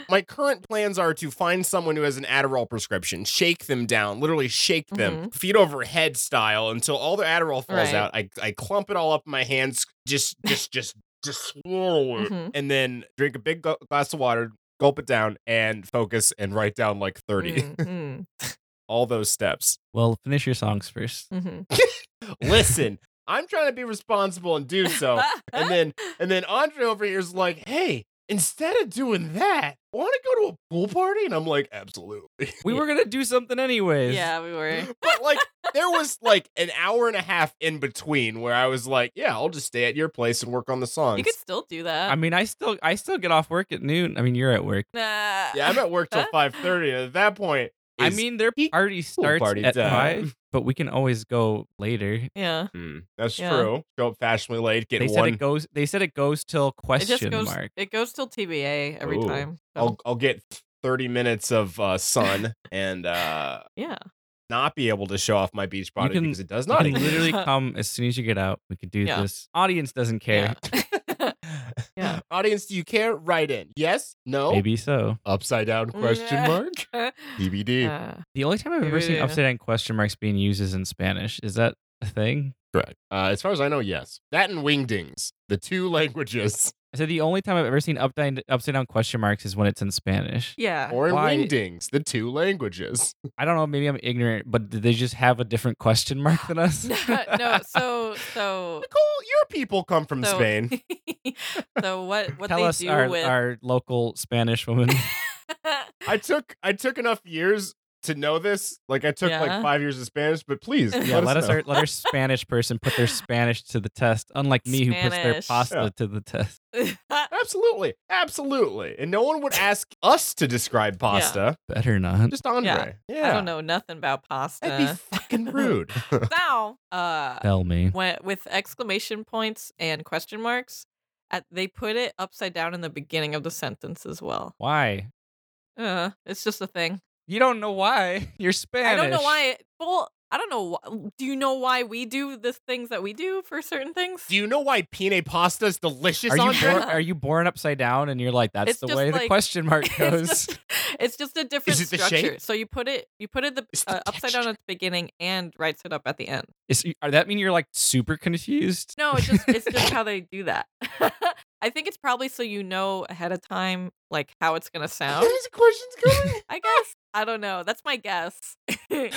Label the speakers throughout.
Speaker 1: My current plans are to find someone who has an Adderall prescription, shake them down, literally shake them, feet over head style until all their Adderall falls
Speaker 2: Mm-hmm. Right.
Speaker 1: out. I, I clump it all up in my hands, just, just, just, just swallow it,
Speaker 2: Mhm.
Speaker 1: and then drink a big gl- glass of water, gulp it down, and focus and write down like 30.
Speaker 2: Mm,
Speaker 1: Mm-hmm.
Speaker 2: mm,
Speaker 1: All those steps.
Speaker 3: Well, finish your songs first.
Speaker 1: Mm-hmm.
Speaker 2: mhm.
Speaker 1: Listen, I'm trying to be responsible and do so. and then and then Andre over here is like, "Hey, instead of doing that, want to go to a pool party?" And I'm like, "Absolutely."
Speaker 3: We were going to do something anyways.
Speaker 2: yeah, we were.
Speaker 1: but like, there was like an hour and a half in between where I was like, "Yeah, I'll just stay at your place and work on the songs."
Speaker 2: You could still do that.
Speaker 3: I mean, I still I still get off work at noon. I mean, you're at work.
Speaker 2: Nah.
Speaker 1: yeah, I'm at work till five thirty. At that point,
Speaker 3: uh, I
Speaker 1: is-
Speaker 3: mean, their party starts
Speaker 1: party
Speaker 3: at
Speaker 1: time.
Speaker 3: 5, but we can always go later.
Speaker 2: yeah.
Speaker 1: Hmm, that's
Speaker 2: Yeah.
Speaker 1: true. Show up fashionably late, get
Speaker 3: They said
Speaker 1: one.
Speaker 3: it goes they said it goes till
Speaker 2: It just
Speaker 3: question
Speaker 2: goes.
Speaker 3: mark.
Speaker 2: It goes till TBA every
Speaker 1: Ooh. Oh,
Speaker 2: time. so,
Speaker 1: I'll I'll get thirty minutes of uh, sun and uh,
Speaker 2: yeah.
Speaker 1: not be able to show off my beach body
Speaker 3: can-
Speaker 1: because it does
Speaker 3: You
Speaker 1: not
Speaker 3: can
Speaker 1: exist.
Speaker 3: literally come as soon as you get out. We could do
Speaker 2: Yeah.
Speaker 3: this. Audience doesn't care.
Speaker 2: Yeah. Yeah.
Speaker 1: Audience, do you care? Write in. Yes? No?
Speaker 3: Maybe so.
Speaker 1: Upside down
Speaker 2: Yeah.
Speaker 1: mark? DVD.
Speaker 2: Uh,
Speaker 3: The only time I've ever
Speaker 2: Maybe,
Speaker 3: seen
Speaker 2: yeah.
Speaker 3: upside down question marks being used is in Spanish. Is that a thing?
Speaker 1: Correct. Uh, as far as I know, yes. That and wingdings, the two languages.
Speaker 3: I said the only time I've ever seen upside upside down question marks is when it's in Spanish.
Speaker 2: yeah.
Speaker 1: Or in
Speaker 3: Why-
Speaker 1: wingdings, the two languages.
Speaker 3: I don't know. Maybe I'm ignorant, but did they just have a different question mark than us?
Speaker 2: no. So so
Speaker 1: Nicole, your people come from
Speaker 2: so,
Speaker 1: Spain.
Speaker 2: so what what
Speaker 3: Tell
Speaker 2: they
Speaker 3: us
Speaker 2: do
Speaker 3: our,
Speaker 2: with
Speaker 3: our local Spanish woman.
Speaker 1: I took I took enough years to know this. Like I took like
Speaker 2: Yeah.
Speaker 1: five years of Spanish, but please
Speaker 3: yeah, let us
Speaker 1: know.
Speaker 3: our, let our Spanish person put their Spanish to the test. Unlike me, who puts their
Speaker 2: Spanish.
Speaker 3: pasta
Speaker 1: Yeah.
Speaker 3: to the test.
Speaker 1: Absolutely. Absolutely. And no one would ask us to describe pasta.
Speaker 3: Better not.
Speaker 1: Just Andre. Yeah.
Speaker 2: I don't Uh. know nothing about pasta.
Speaker 1: That'd be fucking rude.
Speaker 2: now, uh,
Speaker 3: Tell me.
Speaker 2: when, with exclamation points and question marks, at, they put it upside down in the beginning of the sentence as well.
Speaker 3: Why?
Speaker 2: Uh, it's just a thing.
Speaker 3: You don't know why. You're Spanish.
Speaker 2: I don't know why. It, well, I don't know. Wh- do you know why we do the things that we do for certain things?
Speaker 1: Do you know why pine pasta is delicious,
Speaker 3: Are you,
Speaker 1: Andre?
Speaker 3: born, are you born upside down and you're like, that's
Speaker 2: It's
Speaker 3: the
Speaker 2: just
Speaker 3: way the
Speaker 2: like-
Speaker 3: question mark goes?
Speaker 2: it's, just, it's just a different
Speaker 1: it the shape?
Speaker 2: structure. So you put it, you put it the,
Speaker 1: It's the
Speaker 2: uh, upside down
Speaker 1: texture.
Speaker 2: at the beginning and right side up at the end.
Speaker 3: Is, are that mean you're like super confused?
Speaker 2: No, it's just it's just how they do that. I think it's probably so you know ahead of time like how it's gonna sound.
Speaker 1: These questions coming?
Speaker 2: I guess I don't know. That's my guess.
Speaker 1: Nic-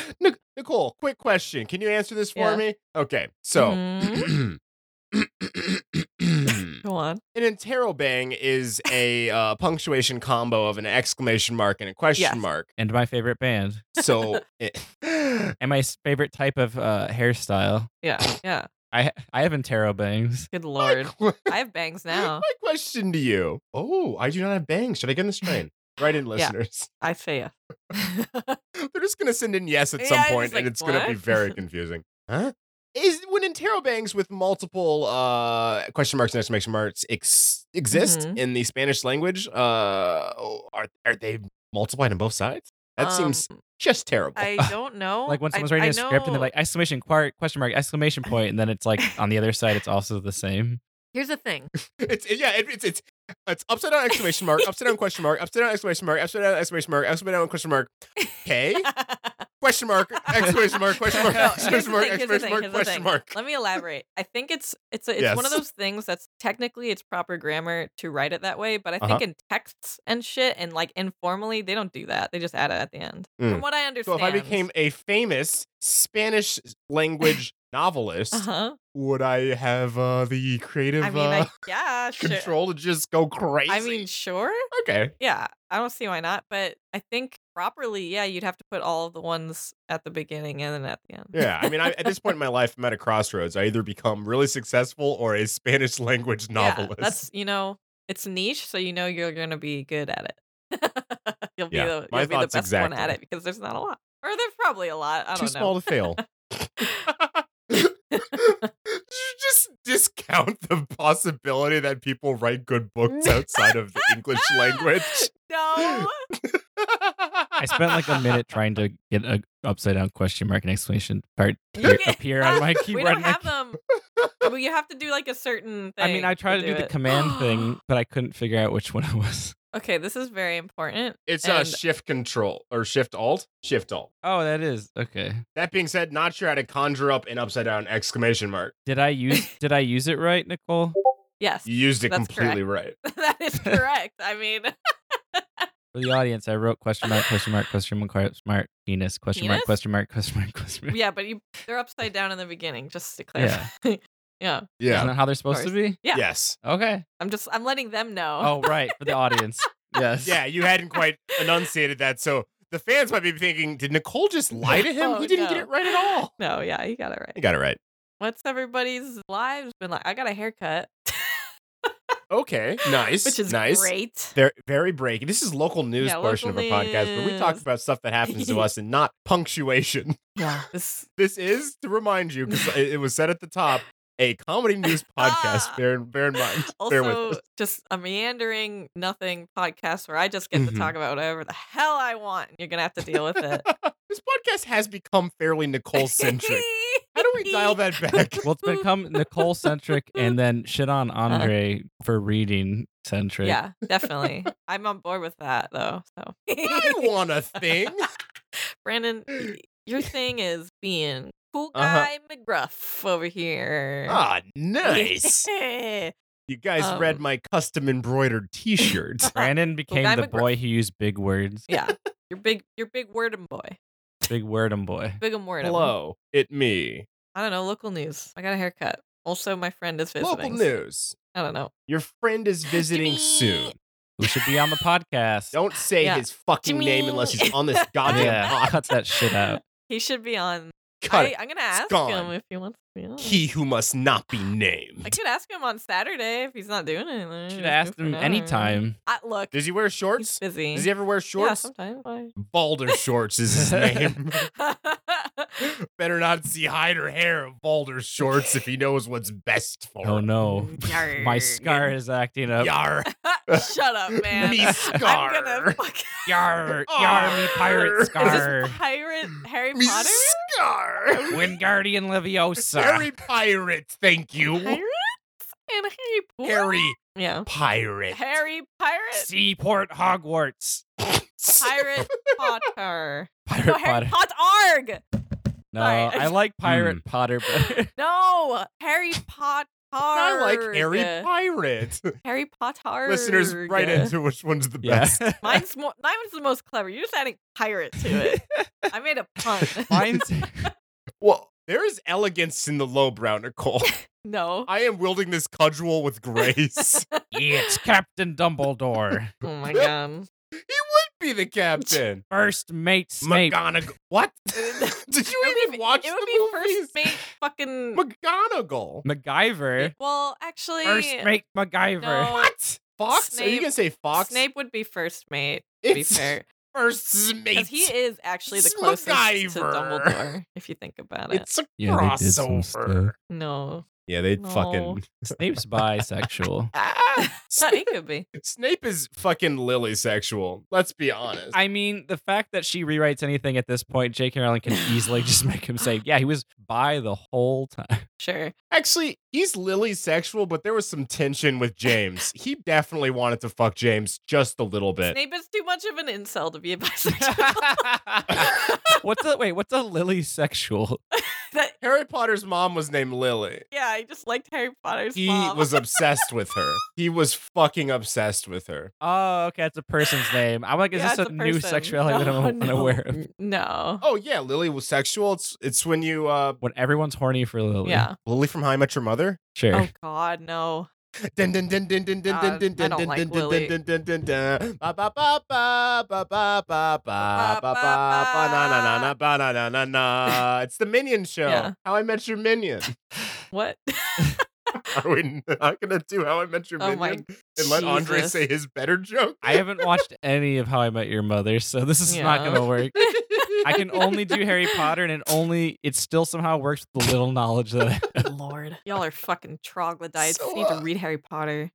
Speaker 1: Nicole, quick question. Can you answer this for
Speaker 2: Yeah.
Speaker 1: me? Okay, so.
Speaker 2: Mm-hmm, Go on.
Speaker 1: an interrobang is a uh, punctuation combo of an exclamation mark and a question
Speaker 2: Yes.
Speaker 1: mark.
Speaker 3: And my favorite band.
Speaker 1: So, eh, it-
Speaker 3: And my s- favorite type of uh, hairstyle.
Speaker 2: Yeah, yeah.
Speaker 3: I I have intero bangs.
Speaker 2: Good
Speaker 1: my,
Speaker 2: lord.
Speaker 1: que-
Speaker 2: I have bangs now.
Speaker 1: my question to you. Oh, I do not have bangs. Should I get in this train? Right in, listeners.
Speaker 2: I say it.
Speaker 1: They're just gonna send in yes at some
Speaker 2: Yeah, it's
Speaker 1: point,
Speaker 2: like,
Speaker 1: and it's gonna be
Speaker 2: what?
Speaker 1: very confusing. Huh? Is when interrobangs with multiple uh, question marks and exclamation marks ex- exist
Speaker 2: Mhm.
Speaker 1: in the Spanish language? Uh, are are they multiplied on both sides? That seems
Speaker 2: Um,
Speaker 1: just terrible.
Speaker 2: I don't know.
Speaker 3: Like when
Speaker 2: Oh, I-
Speaker 3: someone's writing
Speaker 2: I
Speaker 3: a script and
Speaker 2: know-
Speaker 3: they're like exclamation quar- question mark exclamation point, and then it's like on the other side, it's also the same.
Speaker 2: here's the thing.
Speaker 1: It's it- yeah, it, it's it's it's upside down exclamation mark, upside down question mark, upside down exclamation mark, upside down exclamation mark, upside down question mark. Okay, question mark, exclamation mark, question mark,
Speaker 2: No, here's
Speaker 1: exclamation
Speaker 2: the
Speaker 1: mark,
Speaker 2: thing, here's the
Speaker 1: exclamation
Speaker 2: thing,
Speaker 1: mark,
Speaker 2: here's the
Speaker 1: question
Speaker 2: thing.
Speaker 1: mark.
Speaker 2: Let me elaborate. I think it's it's a, it's one of
Speaker 1: Yes.
Speaker 2: those things that's technically it's proper grammar to write it that way, but I think
Speaker 1: Uh-huh.
Speaker 2: in texts and shit and like informally they don't do that. They just add it at the end.
Speaker 1: Mm.
Speaker 2: From what I
Speaker 1: So
Speaker 2: understand.
Speaker 1: if I became a famous Spanish language novelist,
Speaker 2: uh-huh.
Speaker 1: would I have uh, the creative
Speaker 2: I mean,
Speaker 1: uh,
Speaker 2: I, yeah, sure.
Speaker 1: control to just go crazy?
Speaker 2: I mean, sure.
Speaker 1: okay,
Speaker 2: Yeah, I don't see why not, but I think properly, yeah, you'd have to put all of the ones at the beginning and then at the end.
Speaker 1: yeah. I mean, I, at this point in my life, I'm at a crossroads. I either become really successful or a Spanish language
Speaker 2: Yeah,
Speaker 1: novelist.
Speaker 2: that's you know, it's niche, so you know you're gonna be good at it. you'll be
Speaker 1: Yeah,
Speaker 2: the
Speaker 1: my
Speaker 2: you'll be the
Speaker 1: thoughts
Speaker 2: best one at
Speaker 1: exactly.
Speaker 2: it because there's not a lot, or there's probably a lot. I
Speaker 1: too
Speaker 2: don't
Speaker 1: small
Speaker 2: know.
Speaker 1: to fail. you just discount the possibility that people write good books outside of the English language.
Speaker 2: no,
Speaker 3: I spent like a minute trying to get a upside down question mark and exclamation part appear,
Speaker 2: Okay.
Speaker 3: appear on my keyboard.
Speaker 2: we don't
Speaker 3: and I
Speaker 2: have them. well, you have to do like a certain thing.
Speaker 3: I mean, I tried to do, the
Speaker 2: it.
Speaker 3: command thing, but I couldn't figure out which one it was.
Speaker 2: Okay, this is very important.
Speaker 1: It's uh,
Speaker 2: And-
Speaker 1: shift control or shift alt, shift alt.
Speaker 3: Oh, that is okay.
Speaker 1: That being said, not sure how to conjure up an upside down exclamation mark.
Speaker 3: Did I use did I use it right, Nicole?
Speaker 2: Yes,
Speaker 1: You used it
Speaker 2: That's
Speaker 1: completely right.
Speaker 2: that is correct. I mean,
Speaker 3: For the audience, I wrote question mark question mark question mark question mark penis question mark
Speaker 2: Penis?
Speaker 3: question mark question mark question mark.
Speaker 2: yeah, but you, they're upside down in the beginning, just to clarify. Yeah.
Speaker 3: Isn't that how they're supposed to
Speaker 2: course.
Speaker 3: be?
Speaker 2: yeah.
Speaker 1: Yes.
Speaker 3: Okay.
Speaker 2: I'm just I'm letting them know.
Speaker 3: Oh, right for the audience. Yes.
Speaker 1: Yeah, you hadn't quite enunciated that, so the fans might be thinking, did Nicole just lie to him?
Speaker 2: Oh,
Speaker 1: he didn't get
Speaker 2: no.
Speaker 1: it right at all.
Speaker 2: No, yeah, you got it right.
Speaker 1: You got it right.
Speaker 2: What's everybody's lives been like? I got a haircut.
Speaker 1: Okay. Nice.
Speaker 2: Which is
Speaker 1: nice.
Speaker 2: great.
Speaker 1: Very, very breaky. This is local news
Speaker 2: Yeah,
Speaker 1: portion
Speaker 2: local
Speaker 1: of our podcast, where we talk
Speaker 2: news.
Speaker 1: about stuff that happens to us and not punctuation.
Speaker 2: Yeah. This
Speaker 1: This is to remind you because it, it was said at the top, a comedy news podcast.
Speaker 2: Ah.
Speaker 1: bear, bear in mind. bear with
Speaker 2: also
Speaker 1: us.
Speaker 2: just a meandering nothing podcast where I just get
Speaker 1: Mhm.
Speaker 2: to talk about whatever the hell I want. and You're gonna have to deal with it.
Speaker 1: This podcast has become fairly Nicole centric. How do we dial that back?
Speaker 3: Well, it's become Nicole centric and then shit on Andre for reading centric.
Speaker 2: yeah, definitely. I'm on board with that though. So
Speaker 1: I want a thing.
Speaker 2: Brandon, y- your thing is being cool
Speaker 1: Uh-huh.
Speaker 2: guy McGruff over here.
Speaker 1: Ah, nice.
Speaker 2: Yeah.
Speaker 1: You guys read
Speaker 2: Um.
Speaker 1: my custom embroidered T-shirt.
Speaker 3: Brandon became
Speaker 2: guy
Speaker 3: the
Speaker 2: McGruff.
Speaker 3: boy who used big words.
Speaker 2: yeah. Your big your big wordum boy.
Speaker 3: Big word and boy.
Speaker 2: Bigum wordum.
Speaker 1: Hello, it me.
Speaker 2: I don't know, local news. I got a haircut. Also, my friend is visiting.
Speaker 1: Local news.
Speaker 2: I don't know.
Speaker 1: Your friend is visiting
Speaker 2: Jimmy.
Speaker 1: soon.
Speaker 3: Who should be on the podcast?
Speaker 1: Don't say
Speaker 2: Yeah.
Speaker 1: his fucking name unless he's on this goddamn
Speaker 3: yeah,
Speaker 1: pod.
Speaker 3: cut that shit out.
Speaker 2: He should be on.
Speaker 1: Cut
Speaker 2: I,
Speaker 1: it.
Speaker 2: I'm gonna ask
Speaker 1: gone.
Speaker 2: him if he wants to be on.
Speaker 1: He who must not be
Speaker 2: I
Speaker 1: named.
Speaker 2: could ask him on Saturday if he's not doing
Speaker 3: Should
Speaker 2: anything. Just
Speaker 3: have asked
Speaker 2: go for an
Speaker 3: him
Speaker 2: hour.
Speaker 3: anytime.
Speaker 2: I, look,
Speaker 1: Does he wear
Speaker 2: he's
Speaker 1: shorts?
Speaker 2: busy.
Speaker 1: Does he ever wear
Speaker 2: yeah,
Speaker 1: shorts?
Speaker 2: sometimes. I-
Speaker 1: Balder Shorts is his name. Better not see hide or hair of Balder Shorts if he knows what's best for
Speaker 3: Oh
Speaker 1: him.
Speaker 3: no.
Speaker 2: Yarr.
Speaker 3: My scar is acting up.
Speaker 1: Yar,
Speaker 2: Shut up, man.
Speaker 1: me scar.
Speaker 2: I'm gonna fuck.
Speaker 3: Yar,
Speaker 1: Arr.
Speaker 3: yar, me pirate
Speaker 1: Is this
Speaker 2: Is
Speaker 3: scar.
Speaker 2: this pirate Harry
Speaker 1: me
Speaker 2: Potter?
Speaker 1: scar.
Speaker 3: Wingardium Leviosa.
Speaker 1: Harry Pirate, thank
Speaker 2: Pirates
Speaker 1: you.
Speaker 2: and Harry Potter.
Speaker 1: Harry
Speaker 2: Yeah.
Speaker 1: Pirate.
Speaker 2: Harry Pirate.
Speaker 3: Seaport Hogwarts.
Speaker 2: Pirate Potter.
Speaker 3: Pirate
Speaker 2: No, Harry
Speaker 3: Potter.
Speaker 2: Potter. Arg.
Speaker 3: No,
Speaker 2: Sorry.
Speaker 3: I like Pirate Potter, but
Speaker 2: No, Harry Potter.
Speaker 1: I like Harry Pirate.
Speaker 2: Harry Potter.
Speaker 1: Listeners, write into which one's the
Speaker 3: yeah.
Speaker 1: best.
Speaker 2: Mine's more. Mine's the most clever. You're just adding pirate to it. I made a pun.
Speaker 3: Mine's
Speaker 1: Well, there is elegance in the lowbrow, Nicole.
Speaker 2: no.
Speaker 1: I am wielding this cudgel with grace.
Speaker 3: it's Captain Dumbledore.
Speaker 2: Oh my god.
Speaker 1: he would be the captain.
Speaker 3: First mate Snape.
Speaker 1: McGonagall. What? Did
Speaker 2: It would
Speaker 1: you even
Speaker 2: be-
Speaker 1: watch
Speaker 2: It
Speaker 1: the
Speaker 2: would be
Speaker 1: movies?
Speaker 2: first mate. Fucking.
Speaker 1: McGonagall.
Speaker 3: MacGyver.
Speaker 2: well, actually,
Speaker 3: First mate MacGyver.
Speaker 2: No.
Speaker 1: What? Fox? Are you
Speaker 2: Snape-
Speaker 1: gonna say Fox?
Speaker 2: Snape would be first mate. To be
Speaker 1: it's
Speaker 2: fair,
Speaker 1: first mate.
Speaker 2: because he is actually the
Speaker 1: It's
Speaker 2: closest to
Speaker 1: MacGyver.
Speaker 2: Dumbledore. If you think about it.
Speaker 1: It's a
Speaker 3: Yeah, they did some
Speaker 1: crossover.
Speaker 3: stuff.
Speaker 2: No.
Speaker 1: Yeah, they
Speaker 2: No. fucking-
Speaker 3: Snape's bisexual.
Speaker 2: he could be.
Speaker 1: Snape is fucking lily sexual. Let's be honest.
Speaker 3: I mean, the fact that she rewrites anything at this point, J.K. Rowling can easily just make him say, "Yeah, he was by the whole time."
Speaker 2: Sure.
Speaker 1: Actually, he's lily sexual, but there was some tension with James. he definitely wanted to fuck James just a little bit.
Speaker 2: Snape is too much of an incel to be a bisexual.
Speaker 3: what's a wait? What's a lily sexual?
Speaker 2: That-
Speaker 1: Harry Potter's mom was named Lily.
Speaker 2: yeah, I just liked Harry Potter's
Speaker 1: He
Speaker 2: mom.
Speaker 1: was obsessed with her. He was fucking obsessed with her.
Speaker 3: Oh, okay, it's a person's name. I'm like, is
Speaker 2: Yeah,
Speaker 3: this
Speaker 2: it's
Speaker 3: a, new
Speaker 2: person.
Speaker 3: sexuality that
Speaker 2: No,
Speaker 3: I'm
Speaker 2: no,
Speaker 3: unaware of?
Speaker 2: No.
Speaker 1: Oh yeah, Lily was sexual. It's it's when you uh
Speaker 3: When everyone's horny for Lily.
Speaker 2: Yeah.
Speaker 1: Lily from How I Met Your Mother.
Speaker 3: Sure.
Speaker 2: Oh God, no.
Speaker 1: Dun, dun, dun, dun, dun, dun,
Speaker 2: Uh,
Speaker 1: dun, dun,
Speaker 2: I
Speaker 1: dun,
Speaker 2: don't
Speaker 1: dun,
Speaker 2: like
Speaker 1: dun, dun,
Speaker 2: Lily.
Speaker 1: dun, dun, dun, dun. Ba, ba, ba, ba, ba, ba, ba, ba, ba,
Speaker 2: Ba,
Speaker 1: ba,
Speaker 2: ba,
Speaker 1: ba, na, na, na, na, ba, na, na, na, na. It's the Minion Show.
Speaker 2: Yeah.
Speaker 1: How I Met Your Minion.
Speaker 2: What?
Speaker 1: Are we not gonna do How I Met Your
Speaker 2: Oh my
Speaker 1: Minion and let Andre
Speaker 2: Jesus.
Speaker 1: say his better joke?
Speaker 3: I haven't watched any of How I Met Your Mother, so this is not
Speaker 2: Yeah.
Speaker 3: gonna work. I can only do Harry Potter, and it only it still somehow works with the little knowledge that I
Speaker 2: Lord, y'all are fucking troglodytes.
Speaker 1: So,
Speaker 2: Need
Speaker 1: uh,
Speaker 2: to read Harry Potter.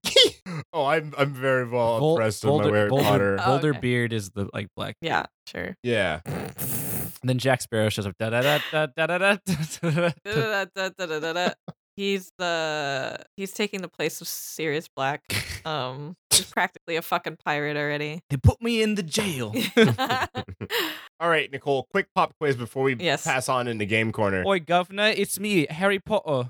Speaker 1: Oh, I'm I'm very well
Speaker 3: Vol-
Speaker 1: impressed with my Harry
Speaker 3: Boulder,
Speaker 1: Potter.
Speaker 2: Oh,
Speaker 3: Boulder
Speaker 2: okay.
Speaker 3: Beard is the like black.
Speaker 2: Yeah, sure.
Speaker 1: Yeah.
Speaker 3: Then Jack Sparrow shows up. Da da da da da da da, da. da, da.
Speaker 2: Da-da-da-da-da-da-da. he's the he's taking the place of Sirius Black. Um, he's practically a fucking pirate already.
Speaker 3: They put me in the
Speaker 1: Oh,
Speaker 3: jail.
Speaker 1: All right, Nicole, quick pop quiz before we
Speaker 2: Yes.
Speaker 1: pass on into game corner.
Speaker 3: Oi, governor, it's me, Harry Potter.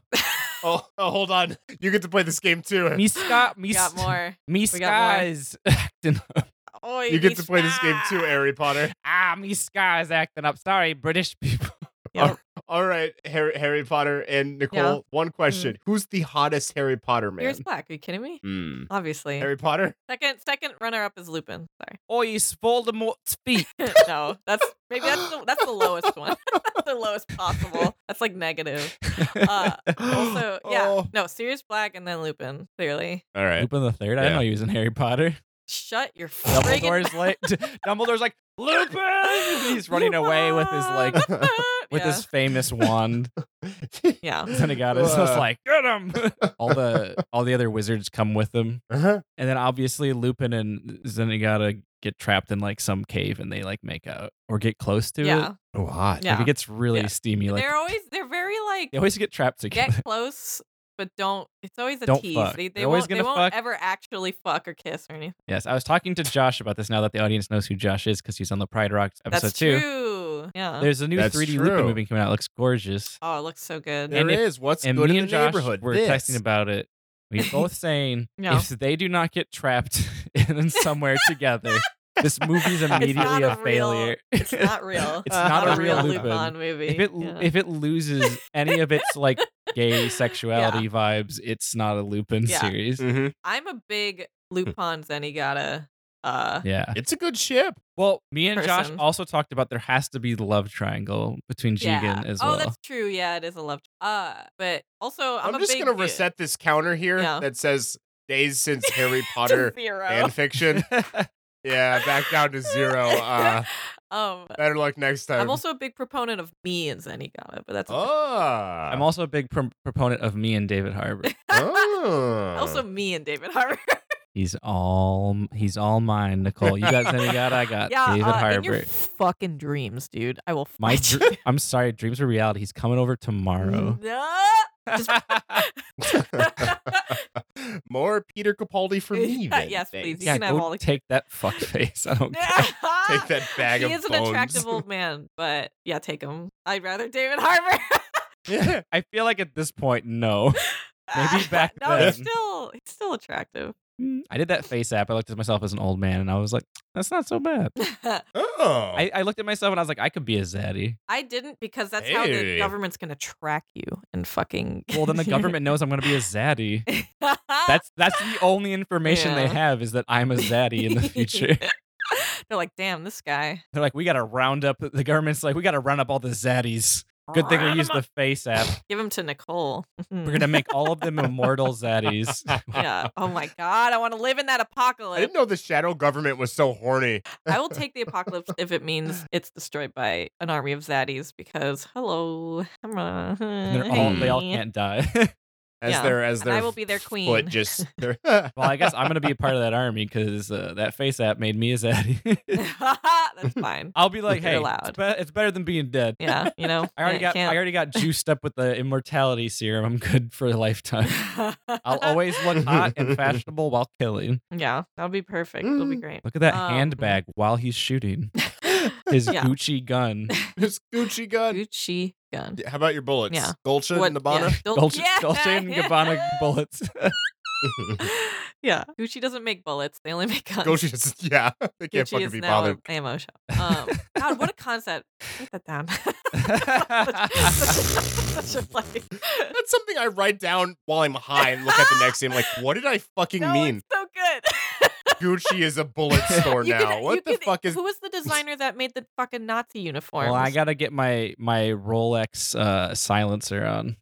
Speaker 1: Oh, oh, hold on. You get to play this game too.
Speaker 3: Me Scott. Me
Speaker 2: we got
Speaker 3: s-
Speaker 2: more.
Speaker 3: Me
Speaker 2: We got more.
Speaker 3: Sky's acting. up.
Speaker 2: Oy,
Speaker 1: You get to play this game too,
Speaker 2: Mista.
Speaker 1: Harry Potter.
Speaker 3: Ah, me Sky's acting up. Sorry, British people.
Speaker 1: Oh,
Speaker 2: Yep.
Speaker 1: All right, Harry, Harry Potter and Nicole.
Speaker 2: Yeah. Mm.
Speaker 1: One question: Who's the hottest Harry Potter man?
Speaker 2: Sirius Black. Are you kidding me?
Speaker 1: Hmm.
Speaker 2: Obviously.
Speaker 1: Harry Potter.
Speaker 2: Second, second runner up is Lupin.
Speaker 3: Oi, it's Voldemort's feet.
Speaker 2: Sorry. no, that's maybe that's the, that's the lowest one. that's the lowest possible. That's like negative. Uh, also, yeah,
Speaker 1: Oh.
Speaker 2: no, Sirius Black and then Lupin. Clearly,
Speaker 1: All right.
Speaker 3: Lupin the Third. I didn't
Speaker 1: Yeah.
Speaker 3: know he was in Harry Potter.
Speaker 2: shut your friggin'
Speaker 3: Dumbledore's like, Dumbledore's like Lupin. He's running away with his like
Speaker 2: with
Speaker 3: with
Speaker 2: yeah.
Speaker 3: his famous wand.
Speaker 1: Uh-huh.
Speaker 2: yeah.
Speaker 3: Senegatus
Speaker 1: Uh.
Speaker 3: was like, get him. all the all the other wizards come with them,
Speaker 1: Uh-huh.
Speaker 3: and then obviously Lupin and Zenigata get trapped in like some cave, and they like make out or get close to it.
Speaker 2: yeah.
Speaker 3: Like,
Speaker 1: Oh, hot.
Speaker 2: Yeah.
Speaker 3: it gets really
Speaker 2: Yeah.
Speaker 3: steamy. Like
Speaker 2: they're always they're very like
Speaker 3: they always get trapped together.
Speaker 2: get close but don't it's always a
Speaker 3: Don't
Speaker 2: tease.
Speaker 3: fuck.
Speaker 2: They, they
Speaker 3: They're always
Speaker 2: won't, they
Speaker 3: gonna
Speaker 2: won't
Speaker 3: fuck.
Speaker 2: ever actually fuck or kiss or anything.
Speaker 3: yes, I was talking to Josh about this now that the audience knows who Josh is because he's on the Pride Rocks episode
Speaker 2: That's
Speaker 3: two.
Speaker 2: true. Yeah.
Speaker 3: There's a new
Speaker 1: That's
Speaker 3: 3D
Speaker 1: true.
Speaker 3: Lupin movie coming out. It looks gorgeous.
Speaker 2: oh, it looks so good.
Speaker 1: There
Speaker 3: And if-
Speaker 1: is. What's
Speaker 3: and
Speaker 1: good
Speaker 3: me
Speaker 1: in
Speaker 3: and
Speaker 1: the
Speaker 3: Josh
Speaker 1: neighborhood?
Speaker 3: were
Speaker 1: This.
Speaker 3: texting about it. We were both saying
Speaker 2: No.
Speaker 3: if they do not get trapped in somewhere together, this movie's
Speaker 2: not
Speaker 3: immediately a,
Speaker 2: a real-
Speaker 3: failure.
Speaker 2: it's not real.
Speaker 3: it's not, a real Lupin.
Speaker 2: Lupin movie.
Speaker 3: If it
Speaker 2: Yeah.
Speaker 3: if it loses any of its like gay sexuality vibes, it's not a Lupin
Speaker 2: Yeah.
Speaker 3: series.
Speaker 1: Mhm.
Speaker 2: I'm a
Speaker 3: Hmm.
Speaker 2: big Lupin Zenigata uh
Speaker 3: Yeah.
Speaker 1: It's a good ship.
Speaker 3: Well, me and Josh
Speaker 2: Person.
Speaker 3: also talked about there has to be the love triangle between Jigen
Speaker 2: yeah.
Speaker 3: as
Speaker 2: oh,
Speaker 3: well.
Speaker 2: that's true. Yeah, it is a love. Uh, but also I'm,
Speaker 1: I'm,
Speaker 2: a
Speaker 1: just
Speaker 2: big,
Speaker 1: gonna reset this counter here
Speaker 2: Yeah.
Speaker 1: that says days since Harry
Speaker 2: to
Speaker 1: Potter
Speaker 2: zero.
Speaker 1: fan fiction. yeah, back down to zero. Uh,
Speaker 2: um,
Speaker 1: better luck next time.
Speaker 2: I'm also a big proponent of me and Zenigata, but that's okay.
Speaker 1: Ah.
Speaker 3: I'm also a big pro- proponent of me and David Harbour.
Speaker 1: Oh.
Speaker 2: also me and David Harbour.
Speaker 3: He's all he's all mine, Nicole. You got Zenigata, I got
Speaker 2: yeah,
Speaker 3: David
Speaker 2: uh, in your
Speaker 3: Harbour.
Speaker 2: fucking dreams, dude. I will.
Speaker 3: My
Speaker 2: fight you.
Speaker 3: dr- I'm sorry, dreams are reality. He's coming over tomorrow.
Speaker 2: No. Mm. Just-
Speaker 1: More Peter Capaldi for me. Then,
Speaker 2: Yes,
Speaker 1: thanks.
Speaker 2: please. You can have
Speaker 3: go
Speaker 2: all the-
Speaker 3: take that fuck face. I don't care.
Speaker 1: Take
Speaker 2: Take
Speaker 1: that bag
Speaker 2: he
Speaker 1: of
Speaker 2: is
Speaker 1: bones.
Speaker 2: an attractive old man, but yeah, take him. I'd rather David Harbour.
Speaker 3: I feel like at this point, no. Maybe back
Speaker 2: no, he's
Speaker 3: then.
Speaker 2: still he's still attractive.
Speaker 3: I did that face app. I looked at myself as an old man, and I was like, that's not so bad.
Speaker 1: oh.
Speaker 3: I, I looked at myself and I was like, I could be a zaddy.
Speaker 2: I didn't because that's how
Speaker 1: Hey.
Speaker 2: the government's gonna track you and fucking.
Speaker 3: Well, then the government knows I'm going to be a zaddy.
Speaker 2: that's
Speaker 3: That's that's the only information they
Speaker 2: Yeah.
Speaker 3: have is that I'm a zaddy in the future.
Speaker 2: They're like, damn, this guy.
Speaker 3: They're like, we got to round up. The government's like, we got to round up all the zaddies. Good thing we used the face app.
Speaker 2: Give him to Nicole.
Speaker 3: We're gonna make all of them immortal zaddies.
Speaker 2: yeah. Oh my god, I want to live in that
Speaker 1: I
Speaker 2: apocalypse.
Speaker 1: didn't know the shadow government was so horny.
Speaker 2: I will take the apocalypse if it means it's destroyed by an army of zaddies because hello. I'm a-
Speaker 3: And they're all, they all
Speaker 2: hey.
Speaker 3: can't die.
Speaker 1: as
Speaker 2: Yeah,
Speaker 1: their as
Speaker 2: and
Speaker 1: their
Speaker 2: I will be their queen.
Speaker 1: foot just. Their
Speaker 3: Well, I guess I'm gonna be a part of that army because uh, that face app made me a zaddy.
Speaker 2: That's fine.
Speaker 3: I'll be like,
Speaker 2: You're
Speaker 3: hey,
Speaker 2: allowed.
Speaker 3: It's, be- it's better than being dead.
Speaker 2: Yeah, you know.
Speaker 3: I already got I already got juiced up with the immortality serum. I'm good for a lifetime. I'll always look hot and fashionable while killing.
Speaker 2: Yeah, that'll be perfect. It'll be
Speaker 1: Mm.
Speaker 2: great.
Speaker 3: Look at that
Speaker 2: Um,
Speaker 3: handbag while he's shooting his
Speaker 2: Yeah.
Speaker 3: Gucci gun.
Speaker 1: His Gucci gun.
Speaker 2: Gucci gun.
Speaker 1: How about your bullets?
Speaker 2: Yeah.
Speaker 1: Dolce and
Speaker 2: yeah,
Speaker 1: Gabbana.
Speaker 2: Dol-
Speaker 3: Dolce,
Speaker 2: yeah.
Speaker 3: Dolce and Gabbana bullets.
Speaker 2: yeah, Gucci doesn't make bullets. They only make guns.
Speaker 1: Dolce is yeah. They can't
Speaker 2: Gucci
Speaker 1: fucking
Speaker 2: is
Speaker 1: be
Speaker 2: now an
Speaker 1: bothered.
Speaker 2: ammo shop. Um, God, what a concept. Write that down. Such a, like,
Speaker 1: That's something I write down while I'm high and look at the next day. I'm like, what did I fucking
Speaker 2: no,
Speaker 1: mean?
Speaker 2: it's so good.
Speaker 1: Gucci is a bullet store
Speaker 2: You
Speaker 1: now.
Speaker 2: could- you
Speaker 1: what the
Speaker 2: could-
Speaker 1: fuck is?
Speaker 2: Who was the designer that made the fucking Nazi uniforms?
Speaker 3: well, I gotta get my my Rolex uh, silencer on.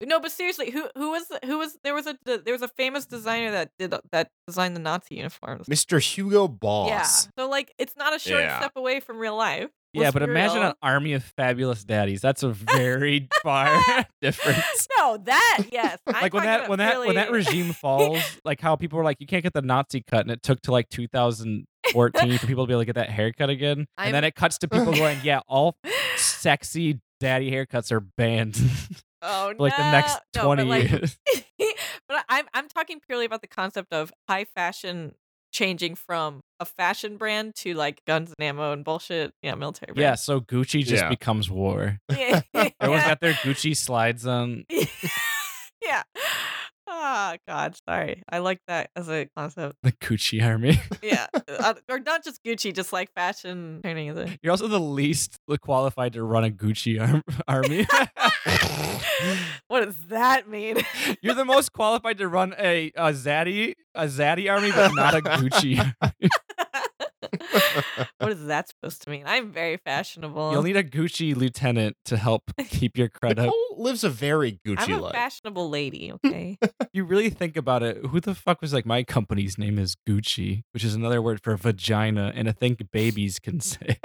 Speaker 2: no, but seriously, who who was who was there was a there was a famous designer that did that designed the Nazi uniforms.
Speaker 1: Mr. Hugo Boss.
Speaker 2: Yeah. So like it's not a short
Speaker 1: Yeah.
Speaker 2: step away from real life.
Speaker 3: yeah,
Speaker 2: Let's
Speaker 3: but
Speaker 2: be
Speaker 3: imagine
Speaker 2: real.
Speaker 3: an army of fabulous daddies. That's a very far difference.
Speaker 2: No, that yes. I'm
Speaker 3: like when
Speaker 2: talking
Speaker 3: that
Speaker 2: about
Speaker 3: when that when that
Speaker 2: really-
Speaker 3: regime falls, like how people were like, you can't get the Nazi cut, and it took to like 2014 for people to be able to get that haircut again, and then
Speaker 2: I'm-
Speaker 3: it cuts to people going, yeah, all sexy daddy haircuts are banned for
Speaker 2: Oh
Speaker 3: like the next
Speaker 2: no, no,
Speaker 3: 20
Speaker 2: but, like,
Speaker 3: years.
Speaker 2: but I- I'm I'm talking purely about the concept of high fashion changing from a fashion brand to like guns and ammo and bullshit. Yeah, military.
Speaker 3: Yeah,
Speaker 2: Brand.
Speaker 3: so Gucci just
Speaker 1: Yeah.
Speaker 3: becomes war.
Speaker 2: Yes.
Speaker 3: Everyone's got their Gucci slides on.
Speaker 2: yeah. Oh God, sorry. I like that as a concept.
Speaker 3: The Gucci army.
Speaker 2: Yeah, Uh, or not just Gucci, just like fashion turning into.
Speaker 3: You're also the least qualified to run a Gucci arm- army.
Speaker 2: what does that mean?
Speaker 3: You're the most qualified to run a, a zaddy a zaddy army, but not a Gucci.
Speaker 2: what is that supposed to mean? I'm very fashionable.
Speaker 3: You'll need a Gucci lieutenant to help keep your cred up.
Speaker 1: Nicole lives a very
Speaker 2: I'm
Speaker 1: Gucci
Speaker 2: a
Speaker 1: life.
Speaker 2: fashionable lady, okay?
Speaker 3: You really think about it. Who the fuck was like, my company's name is Gucci, which is another word for vagina and a thing babies can say,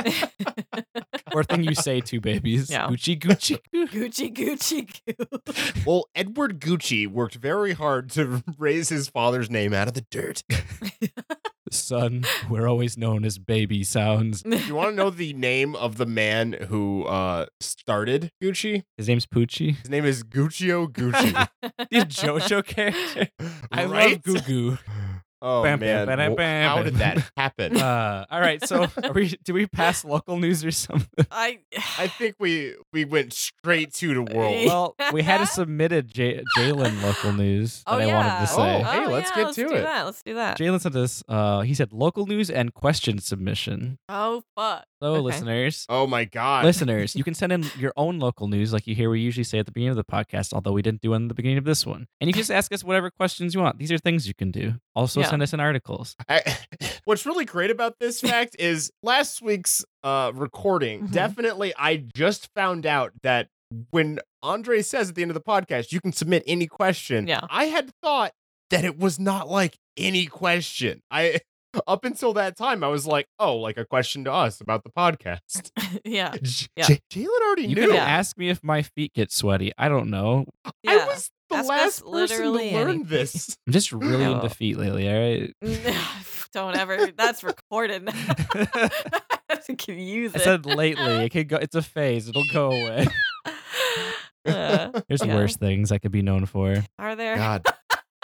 Speaker 3: or a thing you say to babies.
Speaker 2: Yeah.
Speaker 3: Gucci, Gucci. Gu-
Speaker 2: Gucci, Gucci, Gucci.
Speaker 1: well, Edward Gucci worked very hard to raise his father's name out of the dirt.
Speaker 3: Son, we're always known as baby sounds.
Speaker 1: Do you want to know the name of the man who uh, started Gucci?
Speaker 3: His name's Poochie.
Speaker 1: His name is Guccio Gucci.
Speaker 3: The JoJo character. I
Speaker 1: Right?
Speaker 3: love Goo Goo.
Speaker 1: Oh
Speaker 3: Bam, bam,
Speaker 1: man,
Speaker 3: bam,
Speaker 1: Wh-
Speaker 3: bam,
Speaker 1: how
Speaker 3: bam.
Speaker 1: did that happen?
Speaker 3: Uh, all right, so are we? Do we pass local news or something?
Speaker 2: I,
Speaker 1: I think we we went straight to the world.
Speaker 3: Well, we had a submitted J- Jalen local news that
Speaker 2: oh,
Speaker 3: I
Speaker 2: yeah.
Speaker 3: wanted to say.
Speaker 1: Oh, hey, let's
Speaker 2: yeah,
Speaker 1: get
Speaker 2: let's
Speaker 1: to
Speaker 2: do
Speaker 1: it.
Speaker 2: That. Let's do that.
Speaker 3: Jalen sent us. Uh, he said local news and question submission.
Speaker 2: oh, fuck.
Speaker 3: So,
Speaker 2: Okay.
Speaker 3: listeners,
Speaker 1: Oh my god.
Speaker 3: listeners, you can send in your own local news, like you hear we usually say at the beginning of the podcast. Although we didn't do one at the beginning of this one, and you can just ask us whatever questions you want. These are things you can do. Also,
Speaker 2: Yeah.
Speaker 3: send us in articles.
Speaker 1: I, what's really great about this fact is last week's uh, recording,
Speaker 2: Mhm.
Speaker 1: definitely, I just found out that when Andre says at the end of the podcast, you can submit any question.
Speaker 2: Yeah.
Speaker 1: I had thought that it was not like any question. I. Up until that time, I was like, "Oh, like a question to us about the podcast."
Speaker 2: yeah.
Speaker 1: J-
Speaker 2: Yeah.
Speaker 1: J- Jalen already
Speaker 3: You
Speaker 1: knew.
Speaker 3: can
Speaker 2: Yeah.
Speaker 3: ask me if my feet get sweaty. I don't know.
Speaker 2: Yeah.
Speaker 1: I was the
Speaker 2: Ask us
Speaker 1: last person to
Speaker 2: literally
Speaker 1: learn
Speaker 2: anything.
Speaker 1: this.
Speaker 3: I'm just really
Speaker 2: No.
Speaker 3: into feet lately. All right.
Speaker 2: Don't ever. That's recorded. I have to use
Speaker 3: I
Speaker 2: it.
Speaker 3: said lately. It could go. It's a phase. It'll go away.
Speaker 2: Uh,
Speaker 3: There's
Speaker 2: Yeah.
Speaker 3: worse things I could be known for.
Speaker 2: are there?
Speaker 1: God,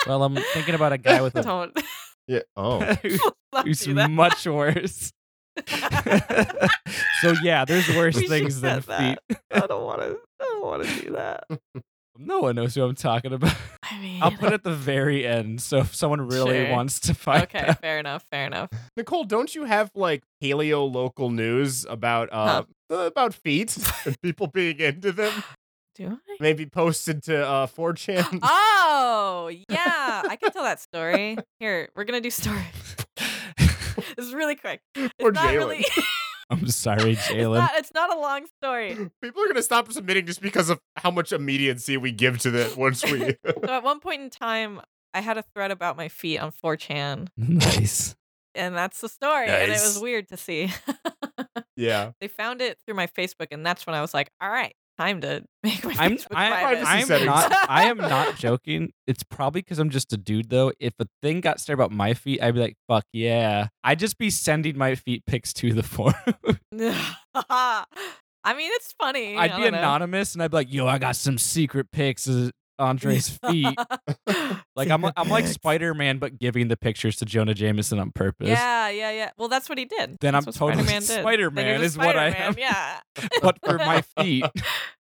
Speaker 3: Well, I'm thinking about a guy with a
Speaker 2: Don't.
Speaker 1: yeah. Oh,
Speaker 3: who-
Speaker 2: Don't
Speaker 3: who's
Speaker 2: do that.
Speaker 3: much worse. so yeah, there's worse
Speaker 2: We should
Speaker 3: things than
Speaker 2: have said
Speaker 3: feet.
Speaker 2: I don't want to. I don't want to do that.
Speaker 3: No one knows who I'm talking about.
Speaker 2: I mean,
Speaker 3: I'll put it at the very end, so if someone really
Speaker 2: Sure.
Speaker 3: wants to find
Speaker 2: okay,
Speaker 3: out.
Speaker 2: fair enough, fair enough.
Speaker 1: Nicole, don't you have like paleo local news about uh, about feet and people being into them?
Speaker 2: Do I?
Speaker 1: Maybe posted to uh 4chan.
Speaker 2: Oh yeah, I can tell that story. Here, we're gonna do story. This is really quick. It's
Speaker 1: Poor
Speaker 2: not
Speaker 1: Jalen.
Speaker 2: really.
Speaker 3: I'm sorry,
Speaker 2: It's
Speaker 3: Jalen.
Speaker 2: not, it's not a long story.
Speaker 1: People are gonna stop submitting just because of how much immediacy we give to that once we
Speaker 2: So at one point in time, I had a thread about my feet on 4chan,
Speaker 3: nice.
Speaker 2: and that's the story. And it was
Speaker 1: Nice.
Speaker 2: weird to see.
Speaker 1: Yeah.
Speaker 2: they found it through my Facebook, and that's when I was like, "All right, time to make my
Speaker 3: I'm
Speaker 2: Facebook
Speaker 3: I,
Speaker 2: private.
Speaker 1: Privacy
Speaker 3: I'm
Speaker 1: settings.
Speaker 3: not I am not joking. It's probably because I'm just a dude though. If a thing got stared about my feet, I'd be like, fuck yeah. I'd just be sending my feet pics to the forum.
Speaker 2: I mean, it's funny.
Speaker 3: I'd
Speaker 2: I
Speaker 3: be
Speaker 2: don't know.
Speaker 3: anonymous and I'd be like, yo, I got some secret pics of Andre's feet. like I'm
Speaker 4: Secret
Speaker 3: I'm like
Speaker 4: pics.
Speaker 3: Spider Man but giving the pictures to Jonah Jameson on purpose.
Speaker 2: yeah, yeah, yeah. Well, that's what he did.
Speaker 3: Then
Speaker 2: That's
Speaker 3: I'm
Speaker 2: what
Speaker 3: totally
Speaker 2: Spider-Man did. Then
Speaker 3: Spider-Man
Speaker 2: you're just
Speaker 3: is what I
Speaker 2: Spider-Man.
Speaker 3: am.
Speaker 2: Yeah,
Speaker 3: But for my feet.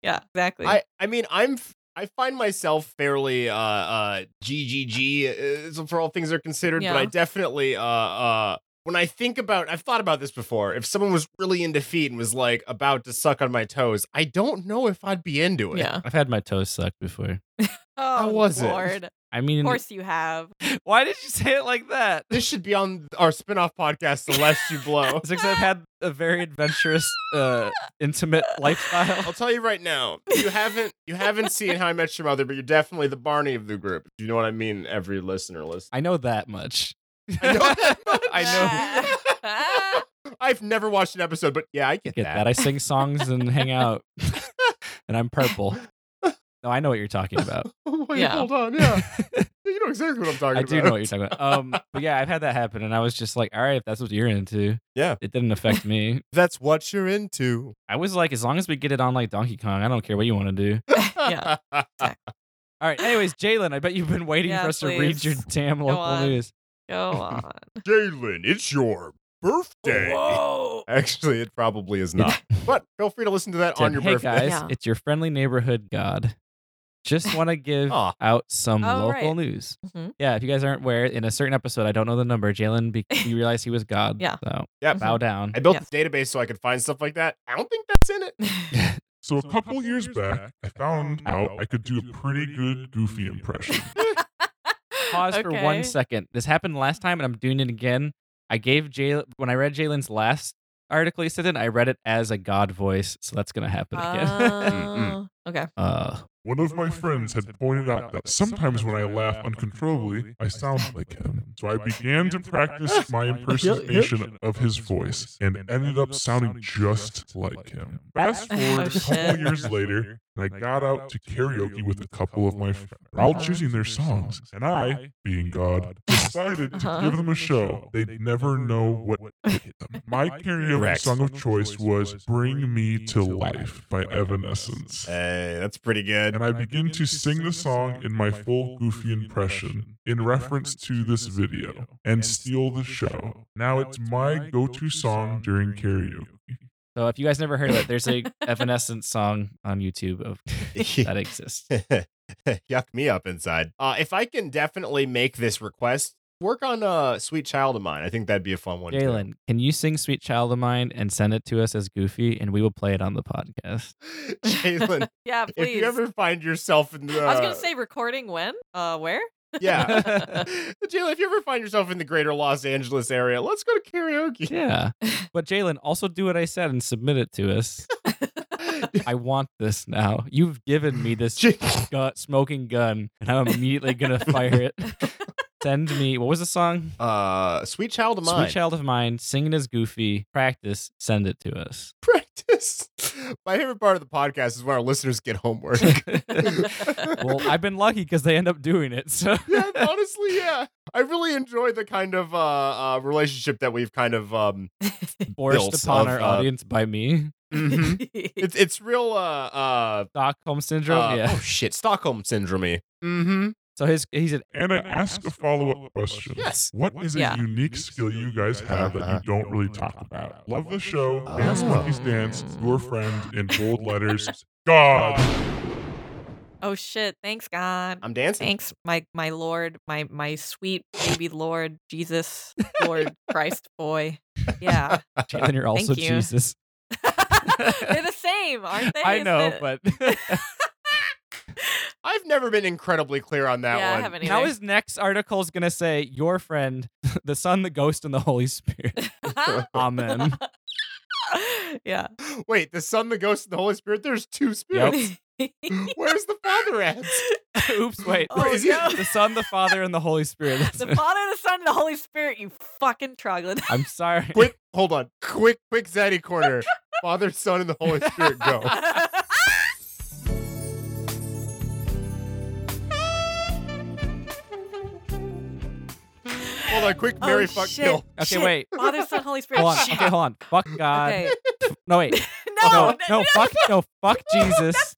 Speaker 2: yeah, exactly.
Speaker 1: I, I mean, I'm f- I find myself fairly uh uh GGG uh, so for all things are considered, but I
Speaker 2: Yeah.
Speaker 1: definitely uh uh when I think about I've thought about this before. If someone was really into feet and was like about to suck on my toes, I don't know if I'd be into it.
Speaker 2: yeah.
Speaker 3: I've had my toes sucked before.
Speaker 2: Oh,
Speaker 1: was it?
Speaker 2: Lord.
Speaker 3: I mean
Speaker 2: Of course you have.
Speaker 3: why did you say it like that?
Speaker 1: This should be on our spin-off podcast the less you blow.
Speaker 3: It's because I've had a very adventurous, uh, intimate lifestyle.
Speaker 1: I'll tell you right now, you haven't you haven't seen How I Met Your Mother, but you're definitely the Barney of the group. Do you know what I mean? Every listener listen.
Speaker 3: I know that much.
Speaker 1: I know that much.
Speaker 3: I know.
Speaker 2: know.
Speaker 1: I've never watched an episode, but yeah, I get,
Speaker 3: Get that. I sing songs and hang out, and I'm purple. No, I know what you're talking about.
Speaker 1: Oh, Wait,
Speaker 2: Yeah.
Speaker 1: hold on. Yeah. you know exactly what I'm talking
Speaker 3: I
Speaker 1: about.
Speaker 3: do know what you're talking about. Um, but yeah, I've had that happen, and I was just like, all right, if that's what you're into,
Speaker 1: Yeah.
Speaker 3: it didn't affect me.
Speaker 1: That's what you're into.
Speaker 3: I was like, as long as we get it on like Donkey Kong, I don't care what you want to do.
Speaker 2: Yeah.
Speaker 3: All right. Anyways, Jalen, I bet you've been waiting
Speaker 2: Yeah,
Speaker 3: for us to read
Speaker 2: please.
Speaker 3: your damn local
Speaker 2: on.
Speaker 3: news.
Speaker 2: Go on.
Speaker 1: Jalen, it's your birthday.
Speaker 2: Whoa.
Speaker 1: Actually, it probably is not. but feel free to listen to that on
Speaker 3: Said,
Speaker 1: your
Speaker 3: hey
Speaker 1: birthday.
Speaker 3: guys,
Speaker 2: Yeah.
Speaker 3: it's your friendly neighborhood god. Just want to give
Speaker 1: Aw.
Speaker 3: out some
Speaker 2: Oh,
Speaker 3: local
Speaker 2: right.
Speaker 3: news.
Speaker 2: Mhm.
Speaker 3: Yeah, if you guys aren't aware, in a certain episode, I don't know the number. Jalen, be- you realized he was God.
Speaker 2: Yeah. Mm-hmm.
Speaker 3: So
Speaker 1: Yeah.
Speaker 3: bow down.
Speaker 1: I built
Speaker 2: Yeah.
Speaker 1: this database so I could find stuff like that. I don't think that's in it.
Speaker 5: So a couple years back, I found out I could do a pretty good Goofy impression.
Speaker 3: Pause for one
Speaker 2: Okay.
Speaker 3: second. This happened last time, and I'm doing it again. I gave Jalen when I read Jalen's last article he sent in. I read it as a God voice, so that's gonna happen again.
Speaker 2: Oh, okay.
Speaker 3: uh,
Speaker 5: One of my friends had pointed out that sometimes when I laugh uncontrollably, I sound like him. So I began to practice my impersonation of his voice and ended up sounding just like him. Fast forward a couple years later, and I got out to karaoke with a couple of my friends. They're all choosing their songs, and I, being God, decided to
Speaker 2: Uh-huh.
Speaker 5: give them a show. They'd never know what hit them. My karaoke
Speaker 1: Correct.
Speaker 5: song of choice was "Bring Me to Life" by Evanescence
Speaker 1: Hey, that's pretty good.
Speaker 5: and I begin to sing the song in my full goofy impression in reference to this video and steal the show. Now it's my go to song during karaoke.
Speaker 3: so if you guys never heard of it, there's a Evanescence song on YouTube of that exists.
Speaker 1: Yuck me up inside. Uh, if I can definitely make this request, work on uh, Sweet Child of Mine. I think that'd be a fun one. too.
Speaker 3: Jalen, can you sing "Sweet Child of Mine" and send it to us as Goofy, and we will play it on the podcast?
Speaker 1: Jalen,
Speaker 2: Yeah,
Speaker 1: if
Speaker 2: please.
Speaker 1: you ever uh, find yourself in the
Speaker 2: I was gonna say recording when? Uh, where?
Speaker 1: yeah, Jalen, if you ever find yourself in the greater Los Angeles area, let's go to karaoke.
Speaker 3: Yeah. But Jalen, also do what I said and submit it to us. I want this now. You've given me this
Speaker 1: J-
Speaker 3: gu- smoking gun, and I'm immediately gonna fire it. Send me what was the song?
Speaker 1: uh, Sweet Child of Mine.
Speaker 3: Sweet child of mine, singing as Goofy. Practice. Send it to us.
Speaker 1: Practice. My favorite part of the podcast is when our listeners get homework.
Speaker 3: well, I've been lucky because they end up doing it. So
Speaker 1: yeah, honestly, yeah. I really enjoy the kind of uh, uh, relationship that we've kind of um,
Speaker 3: forced
Speaker 1: Bills
Speaker 3: upon
Speaker 1: of,
Speaker 3: our
Speaker 1: uh,
Speaker 3: audience by me. Mm-hmm.
Speaker 1: Mm-hmm. it's it's real uh uh,
Speaker 3: Stockholm syndrome.
Speaker 1: uh,
Speaker 3: yeah.
Speaker 1: oh shit Stockholm syndrome. Mm-hmm.
Speaker 3: So his he's an
Speaker 5: And I ask a follow up question.
Speaker 1: Yes.
Speaker 5: What is a
Speaker 2: Yeah.
Speaker 5: unique skill you guys have that you don't really talk about? Love the show, Ah. Dance
Speaker 1: Oh.
Speaker 5: Monkeys Dance, your friend in bold letters, God.
Speaker 2: oh shit! Thanks God.
Speaker 1: I'm dancing.
Speaker 2: Thanks, my my Lord, my my sweet baby Lord Jesus, Lord Christ boy. Yeah,
Speaker 3: Jalen. You're also
Speaker 2: Thank you.
Speaker 3: Jesus.
Speaker 2: they're the same, aren't they?
Speaker 3: I
Speaker 2: Is
Speaker 3: know,
Speaker 2: it-
Speaker 3: but
Speaker 1: I've never been incredibly clear on that
Speaker 2: yeah,
Speaker 1: one.
Speaker 2: I haven't
Speaker 3: Now
Speaker 2: either.
Speaker 3: his next article is gonna say your friend, the Son, the Ghost, and the Holy Spirit. Amen.
Speaker 2: yeah.
Speaker 1: Wait, the Son, the Ghost, and the Holy Spirit. There's two spirits. Where's the Father at?
Speaker 3: Oops, wait.
Speaker 2: Oh,
Speaker 1: Is he-
Speaker 2: no.
Speaker 3: The Son, the Father, and the Holy Spirit. That's
Speaker 2: the
Speaker 3: it.
Speaker 2: Father, the Son, and the Holy Spirit. You fucking troglodyte.
Speaker 3: I'm sorry.
Speaker 1: Quick, hold on. Quick, quick, Zaddy corner. Father, Son, and the Holy Spirit. Go. Hold on,
Speaker 3: Oh,
Speaker 1: quick, Mary, fuck,
Speaker 2: Oh, shit.
Speaker 1: kill.
Speaker 3: Okay,
Speaker 2: Shit.
Speaker 3: wait.
Speaker 2: Father, Son, Holy Spirit.
Speaker 3: Hold on.
Speaker 2: Shit.
Speaker 3: Okay, hold on. Fuck God.
Speaker 2: Okay.
Speaker 3: No, wait.
Speaker 2: No,
Speaker 3: no,
Speaker 2: no,
Speaker 3: no,
Speaker 2: no,
Speaker 3: fuck, no, fuck
Speaker 2: no,
Speaker 3: Jesus.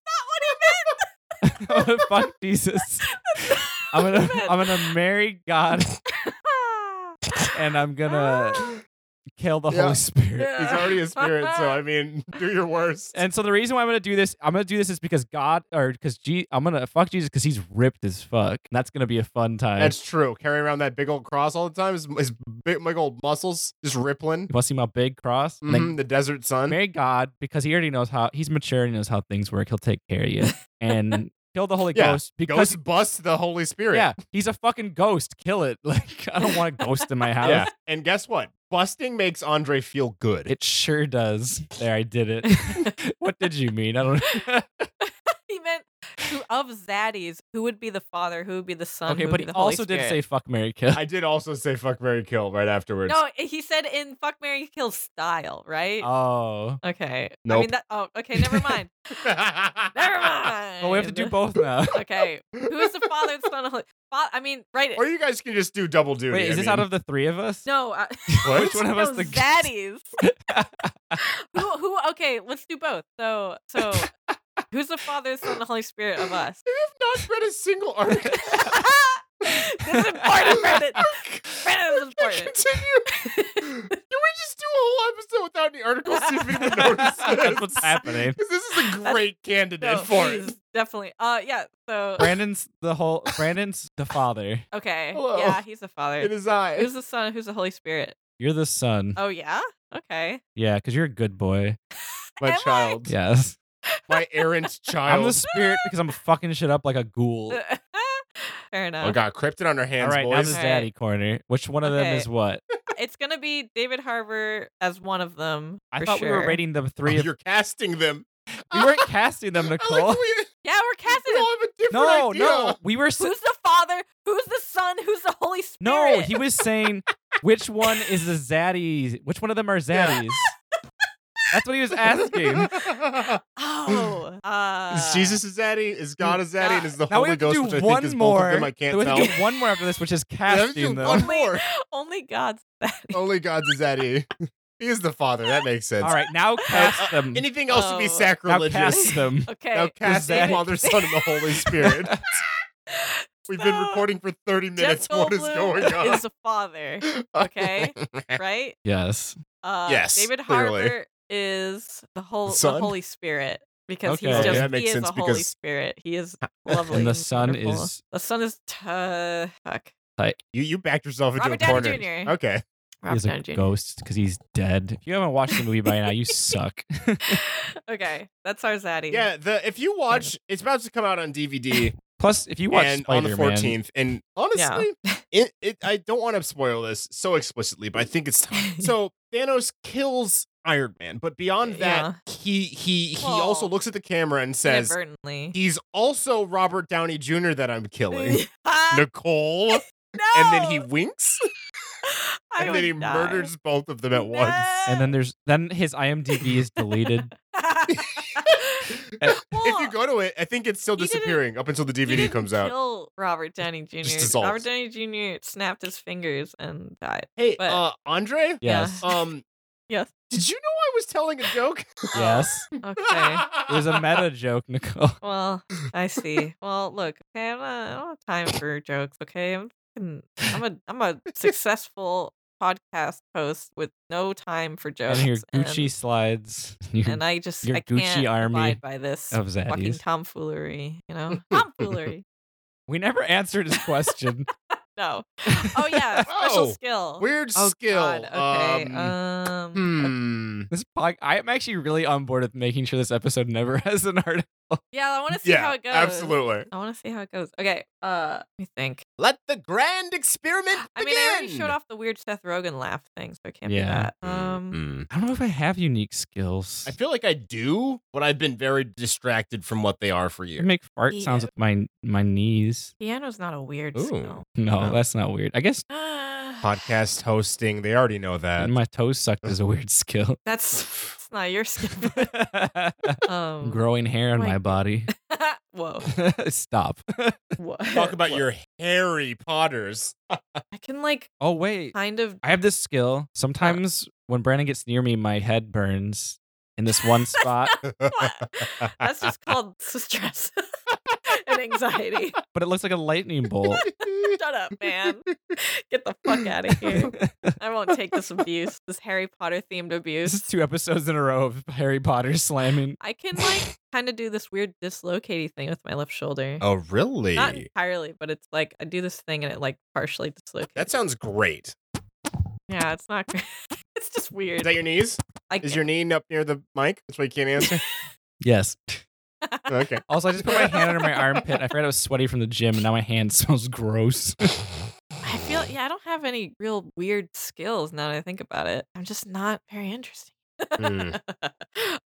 Speaker 2: That's not what he meant.
Speaker 3: fuck Jesus. I'm
Speaker 2: what
Speaker 3: gonna,
Speaker 2: he meant.
Speaker 3: I'm gonna marry God, and I'm gonna kill the
Speaker 1: Yeah.
Speaker 3: Holy Spirit.
Speaker 1: He's already a spirit, so I mean, do your worst.
Speaker 3: And so the reason why I'm gonna do this, I'm gonna do this is because God, or because G, I'm gonna fuck Jesus because he's ripped as fuck. And that's gonna be a fun time.
Speaker 1: That's true. Carrying around that big old cross all the time, his, his big, big old muscles just rippling.
Speaker 3: you want to see my big cross? And then
Speaker 1: Mhm, the desert sun.
Speaker 3: marry God because he already knows how he's mature. He knows how things work. He'll take care of you and kill the Holy
Speaker 1: Yeah,
Speaker 3: Ghost because
Speaker 1: Ghost bust the Holy Spirit.
Speaker 3: yeah, he's a fucking ghost. Kill it. Like I don't want a ghost in my house.
Speaker 1: Yeah. And guess what? Busting makes Andre feel good.
Speaker 3: It sure does. There, I did it. what did you mean? I don't.
Speaker 2: he meant who of zaddies, who would be the father, who would be the son.
Speaker 3: okay,
Speaker 2: who would
Speaker 3: but
Speaker 2: be
Speaker 3: he
Speaker 2: the Holy
Speaker 3: also did
Speaker 2: Spirit.
Speaker 3: say fuck Mary kill.
Speaker 1: I did also say fuck Mary Kill right afterwards.
Speaker 2: No, he said in Fuck Mary Kill style, right?
Speaker 3: Oh,
Speaker 2: okay. I
Speaker 1: Nope.
Speaker 2: mean that oh okay, never mind. never mind.
Speaker 3: but we have to do both now.
Speaker 2: Okay. Who is the father and son of Holy Fa- I mean, right.
Speaker 1: Or you guys can just do double duty.
Speaker 3: Wait,
Speaker 1: I
Speaker 3: is this
Speaker 1: mean.
Speaker 3: out of the three of us?
Speaker 2: No, uh,
Speaker 1: What?
Speaker 3: Which one of us
Speaker 2: no,
Speaker 3: the-
Speaker 2: zaddies? who? Who? Okay, let's do both. So, so who's the Father, Son, and Holy Spirit of us?
Speaker 1: You have not read a single article.
Speaker 2: this is important, Brandon. Brandon, this is important.
Speaker 1: Continue. Can we just do a whole episode without any articles? See if anyone notices.
Speaker 3: That's what's happening.
Speaker 1: 'Cause this is a great candidate
Speaker 2: No,
Speaker 1: for
Speaker 2: please, definitely. Uh, yeah. So,
Speaker 3: Brandon's the whole. Brandon's the father.
Speaker 2: okay.
Speaker 1: Hello.
Speaker 2: Yeah, he's the Father.
Speaker 1: it. It is I.
Speaker 2: who's the Son? Who's the Holy Spirit?
Speaker 3: You're the son.
Speaker 2: Oh yeah. Okay.
Speaker 3: Yeah, because you're a good boy.
Speaker 1: my
Speaker 2: Am I?
Speaker 1: child.
Speaker 3: Yes.
Speaker 1: My errant
Speaker 3: I'm
Speaker 1: child.
Speaker 3: the spirit because I'm fucking shit up like a ghoul.
Speaker 2: Uh, Fair enough.
Speaker 1: oh, God. Krypton on her
Speaker 3: All
Speaker 1: hands,
Speaker 3: right, now the
Speaker 1: boys.
Speaker 2: Alright.
Speaker 3: daddy corner. Which one of them
Speaker 2: Okay.
Speaker 3: is what?
Speaker 2: It's gonna be David Harbour as one of them.
Speaker 3: I
Speaker 2: for
Speaker 3: thought we were
Speaker 2: sure.
Speaker 3: rating the
Speaker 1: Oh,
Speaker 3: three. of,
Speaker 1: you're casting them.
Speaker 3: we weren't casting them,
Speaker 1: I like
Speaker 3: Nicole.
Speaker 1: that we,
Speaker 2: Yeah, we're casting.
Speaker 1: we
Speaker 2: him.
Speaker 1: all have a different
Speaker 3: No,
Speaker 1: idea.
Speaker 3: no, we were. s-
Speaker 2: Who's the Father? Who's the Son? Who's the Holy Spirit?
Speaker 3: No, he was saying which one is the zaddies? Which one of them are zaddies? That's what he was asking.
Speaker 2: Oh, uh,
Speaker 1: Is Jesus a zaddy? Is God a zaddy? And is the
Speaker 3: Now
Speaker 1: Holy
Speaker 3: we have to
Speaker 1: Ghost,
Speaker 3: do
Speaker 1: which I think is
Speaker 3: one more.
Speaker 1: both of them? I can't
Speaker 3: we have
Speaker 1: tell.
Speaker 3: to do one more after this, which is
Speaker 1: Yeah, let's do
Speaker 3: casting them.
Speaker 1: one
Speaker 2: Only-
Speaker 1: more.
Speaker 2: Only God's that.
Speaker 1: Only God's a zaddy. he is the Father. That makes sense.
Speaker 3: All right, now cast them.
Speaker 1: Anything else would be
Speaker 2: Oh.
Speaker 3: Now
Speaker 1: sacrilegious.
Speaker 3: cast them.
Speaker 2: Okay.
Speaker 1: Now cast
Speaker 3: zaddy.
Speaker 1: the Father, Son, and the Holy Spirit. We've been
Speaker 2: So,
Speaker 1: recording for 30 minutes.
Speaker 2: Jeff
Speaker 1: What is
Speaker 2: Goldblum
Speaker 1: going on?
Speaker 2: Is the Father, okay? right?
Speaker 3: Yes.
Speaker 2: Uh,
Speaker 1: Yes,
Speaker 2: David
Speaker 1: clearly.
Speaker 2: Harbour is the whole
Speaker 1: The
Speaker 2: the,
Speaker 1: Son?
Speaker 2: Holy Spirit because
Speaker 3: Okay.
Speaker 2: he's
Speaker 3: Okay,
Speaker 2: just
Speaker 1: that makes
Speaker 2: he is
Speaker 1: sense
Speaker 2: the Holy
Speaker 1: because-
Speaker 2: Spirit. He is lovely.
Speaker 3: And the son
Speaker 2: wonderful.
Speaker 3: is
Speaker 2: the Son is t- uh, fuck.
Speaker 1: You you backed yourself into
Speaker 2: Robert
Speaker 1: a
Speaker 2: Downey
Speaker 1: corner.
Speaker 2: Jr..
Speaker 1: Okay.
Speaker 2: Robert
Speaker 3: he's a
Speaker 2: Downey Jr.
Speaker 3: ghost because he's dead. If you haven't watched the movie by now, you suck.
Speaker 2: okay, that's our zaddy.
Speaker 1: Yeah, the if you watch it's about to come out on DVD
Speaker 3: Plus, if you watch
Speaker 1: and on
Speaker 3: Spider
Speaker 1: the
Speaker 3: Man,
Speaker 1: 14th and honestly it, it I don't want to spoil this so explicitly, but I think it's time. So Thanos kills Iron Man, but beyond that, he he he
Speaker 2: Well,
Speaker 1: also looks at the camera and says
Speaker 2: inadvertently.
Speaker 1: he's also Robert Downey Jr. that I'm killing.
Speaker 2: Ah,
Speaker 1: Nicole,
Speaker 2: no!
Speaker 1: and then he winks,
Speaker 2: I
Speaker 1: and then he
Speaker 2: would die.
Speaker 1: murders both of them at once.
Speaker 3: and then there's then his IMDb is deleted.
Speaker 1: if you go to it, I think it's still
Speaker 2: He didn't-
Speaker 1: disappearing up until the
Speaker 2: He
Speaker 1: DVD
Speaker 2: didn't
Speaker 1: comes out.
Speaker 2: Kill Robert Downey Jr.
Speaker 1: dissolves.
Speaker 2: Robert Downey Jr. snapped his fingers and died.
Speaker 1: Hey,
Speaker 2: but-
Speaker 1: uh, Andre,
Speaker 2: Yeah.
Speaker 3: Yes.
Speaker 1: um,
Speaker 2: Yes.
Speaker 1: did you know I was telling a joke?
Speaker 3: Yes.
Speaker 2: Okay.
Speaker 3: It was a meta joke, Nicole.
Speaker 2: well, I see. Well, look. Okay, I'm not, I don't have time for jokes. Okay, I'm fucking- I'm a I'm a successful podcast host with no time for
Speaker 3: And
Speaker 2: jokes.
Speaker 3: your Gucci slides. You-
Speaker 2: and I just
Speaker 3: your
Speaker 2: I can't
Speaker 3: Gucci army
Speaker 2: abide by this
Speaker 3: of
Speaker 2: fucking
Speaker 3: zaddies.
Speaker 2: tomfoolery. You know, tomfoolery.
Speaker 3: we never answered his question.
Speaker 2: No. Oh yeah, special
Speaker 1: Oh,
Speaker 2: skill.
Speaker 1: Weird
Speaker 2: oh,
Speaker 1: skill.
Speaker 2: God, Okay.
Speaker 1: Um,
Speaker 2: Um.
Speaker 1: hmm.
Speaker 3: this pod- I'm actually really on board with making sure this episode never has an article.
Speaker 2: Yeah, I want to see
Speaker 1: hmm. Yeah,
Speaker 2: how it goes.
Speaker 1: absolutely.
Speaker 2: I want to see how it goes. Okay. Uh, let me think.
Speaker 1: Let the grand experiment begin.
Speaker 2: I mean, I already showed off the weird Seth Rogen laugh thing, so it can't
Speaker 3: Yeah.
Speaker 2: be that. Um.
Speaker 1: Mm, mm.
Speaker 3: I don't know if I have unique skills.
Speaker 1: I feel like I do, but I've been very distracted from what they are for
Speaker 3: I
Speaker 1: you.
Speaker 3: make fart sounds
Speaker 2: Yeah.
Speaker 3: with my my knees.
Speaker 2: Piano's not a weird
Speaker 1: Ooh.
Speaker 2: skill.
Speaker 3: No,
Speaker 1: No.
Speaker 3: that's not weird. I guess
Speaker 2: Uh,
Speaker 1: Podcast hosting, they already know that.
Speaker 3: my toes sucked is a weird skill.
Speaker 2: that's That's not your skin. Um,
Speaker 3: Growing hair on
Speaker 2: Like-
Speaker 3: Oh my body.
Speaker 2: Whoa.
Speaker 3: Stop.
Speaker 2: What?
Speaker 1: Talk about
Speaker 2: Whoa.
Speaker 1: your Harry Potters.
Speaker 2: I can like
Speaker 3: Oh wait,
Speaker 2: kind of.
Speaker 3: I have this skill. Sometimes when Brandon gets near me, my head burns in this one spot,
Speaker 2: That's just called stress and anxiety.
Speaker 3: but it looks like a lightning bolt.
Speaker 2: Shut up, man. Get the fuck out of here. I won't take this abuse, this Harry Potter themed
Speaker 3: This is
Speaker 2: abuse.
Speaker 3: two episodes in a row of Harry Potter slamming.
Speaker 2: I can like kind of do this weird dislocating thing with my left shoulder.
Speaker 1: oh, really?
Speaker 2: Not entirely, but it's like I do this thing and it like partially dislocates.
Speaker 1: That sounds great.
Speaker 2: yeah, it's not. great. it's just
Speaker 1: Is
Speaker 2: weird.
Speaker 1: that your knees?
Speaker 2: I
Speaker 1: Is your knee up near the mic? That's why you can't answer.
Speaker 3: Yes.
Speaker 1: Okay.
Speaker 3: Also, I just put my hand under my armpit. I forgot I was sweaty from the gym, and now my hand smells gross.
Speaker 2: I feel yeah, I don't have any real weird skills now that I think about it. I'm just not very interesting.
Speaker 1: Hmm.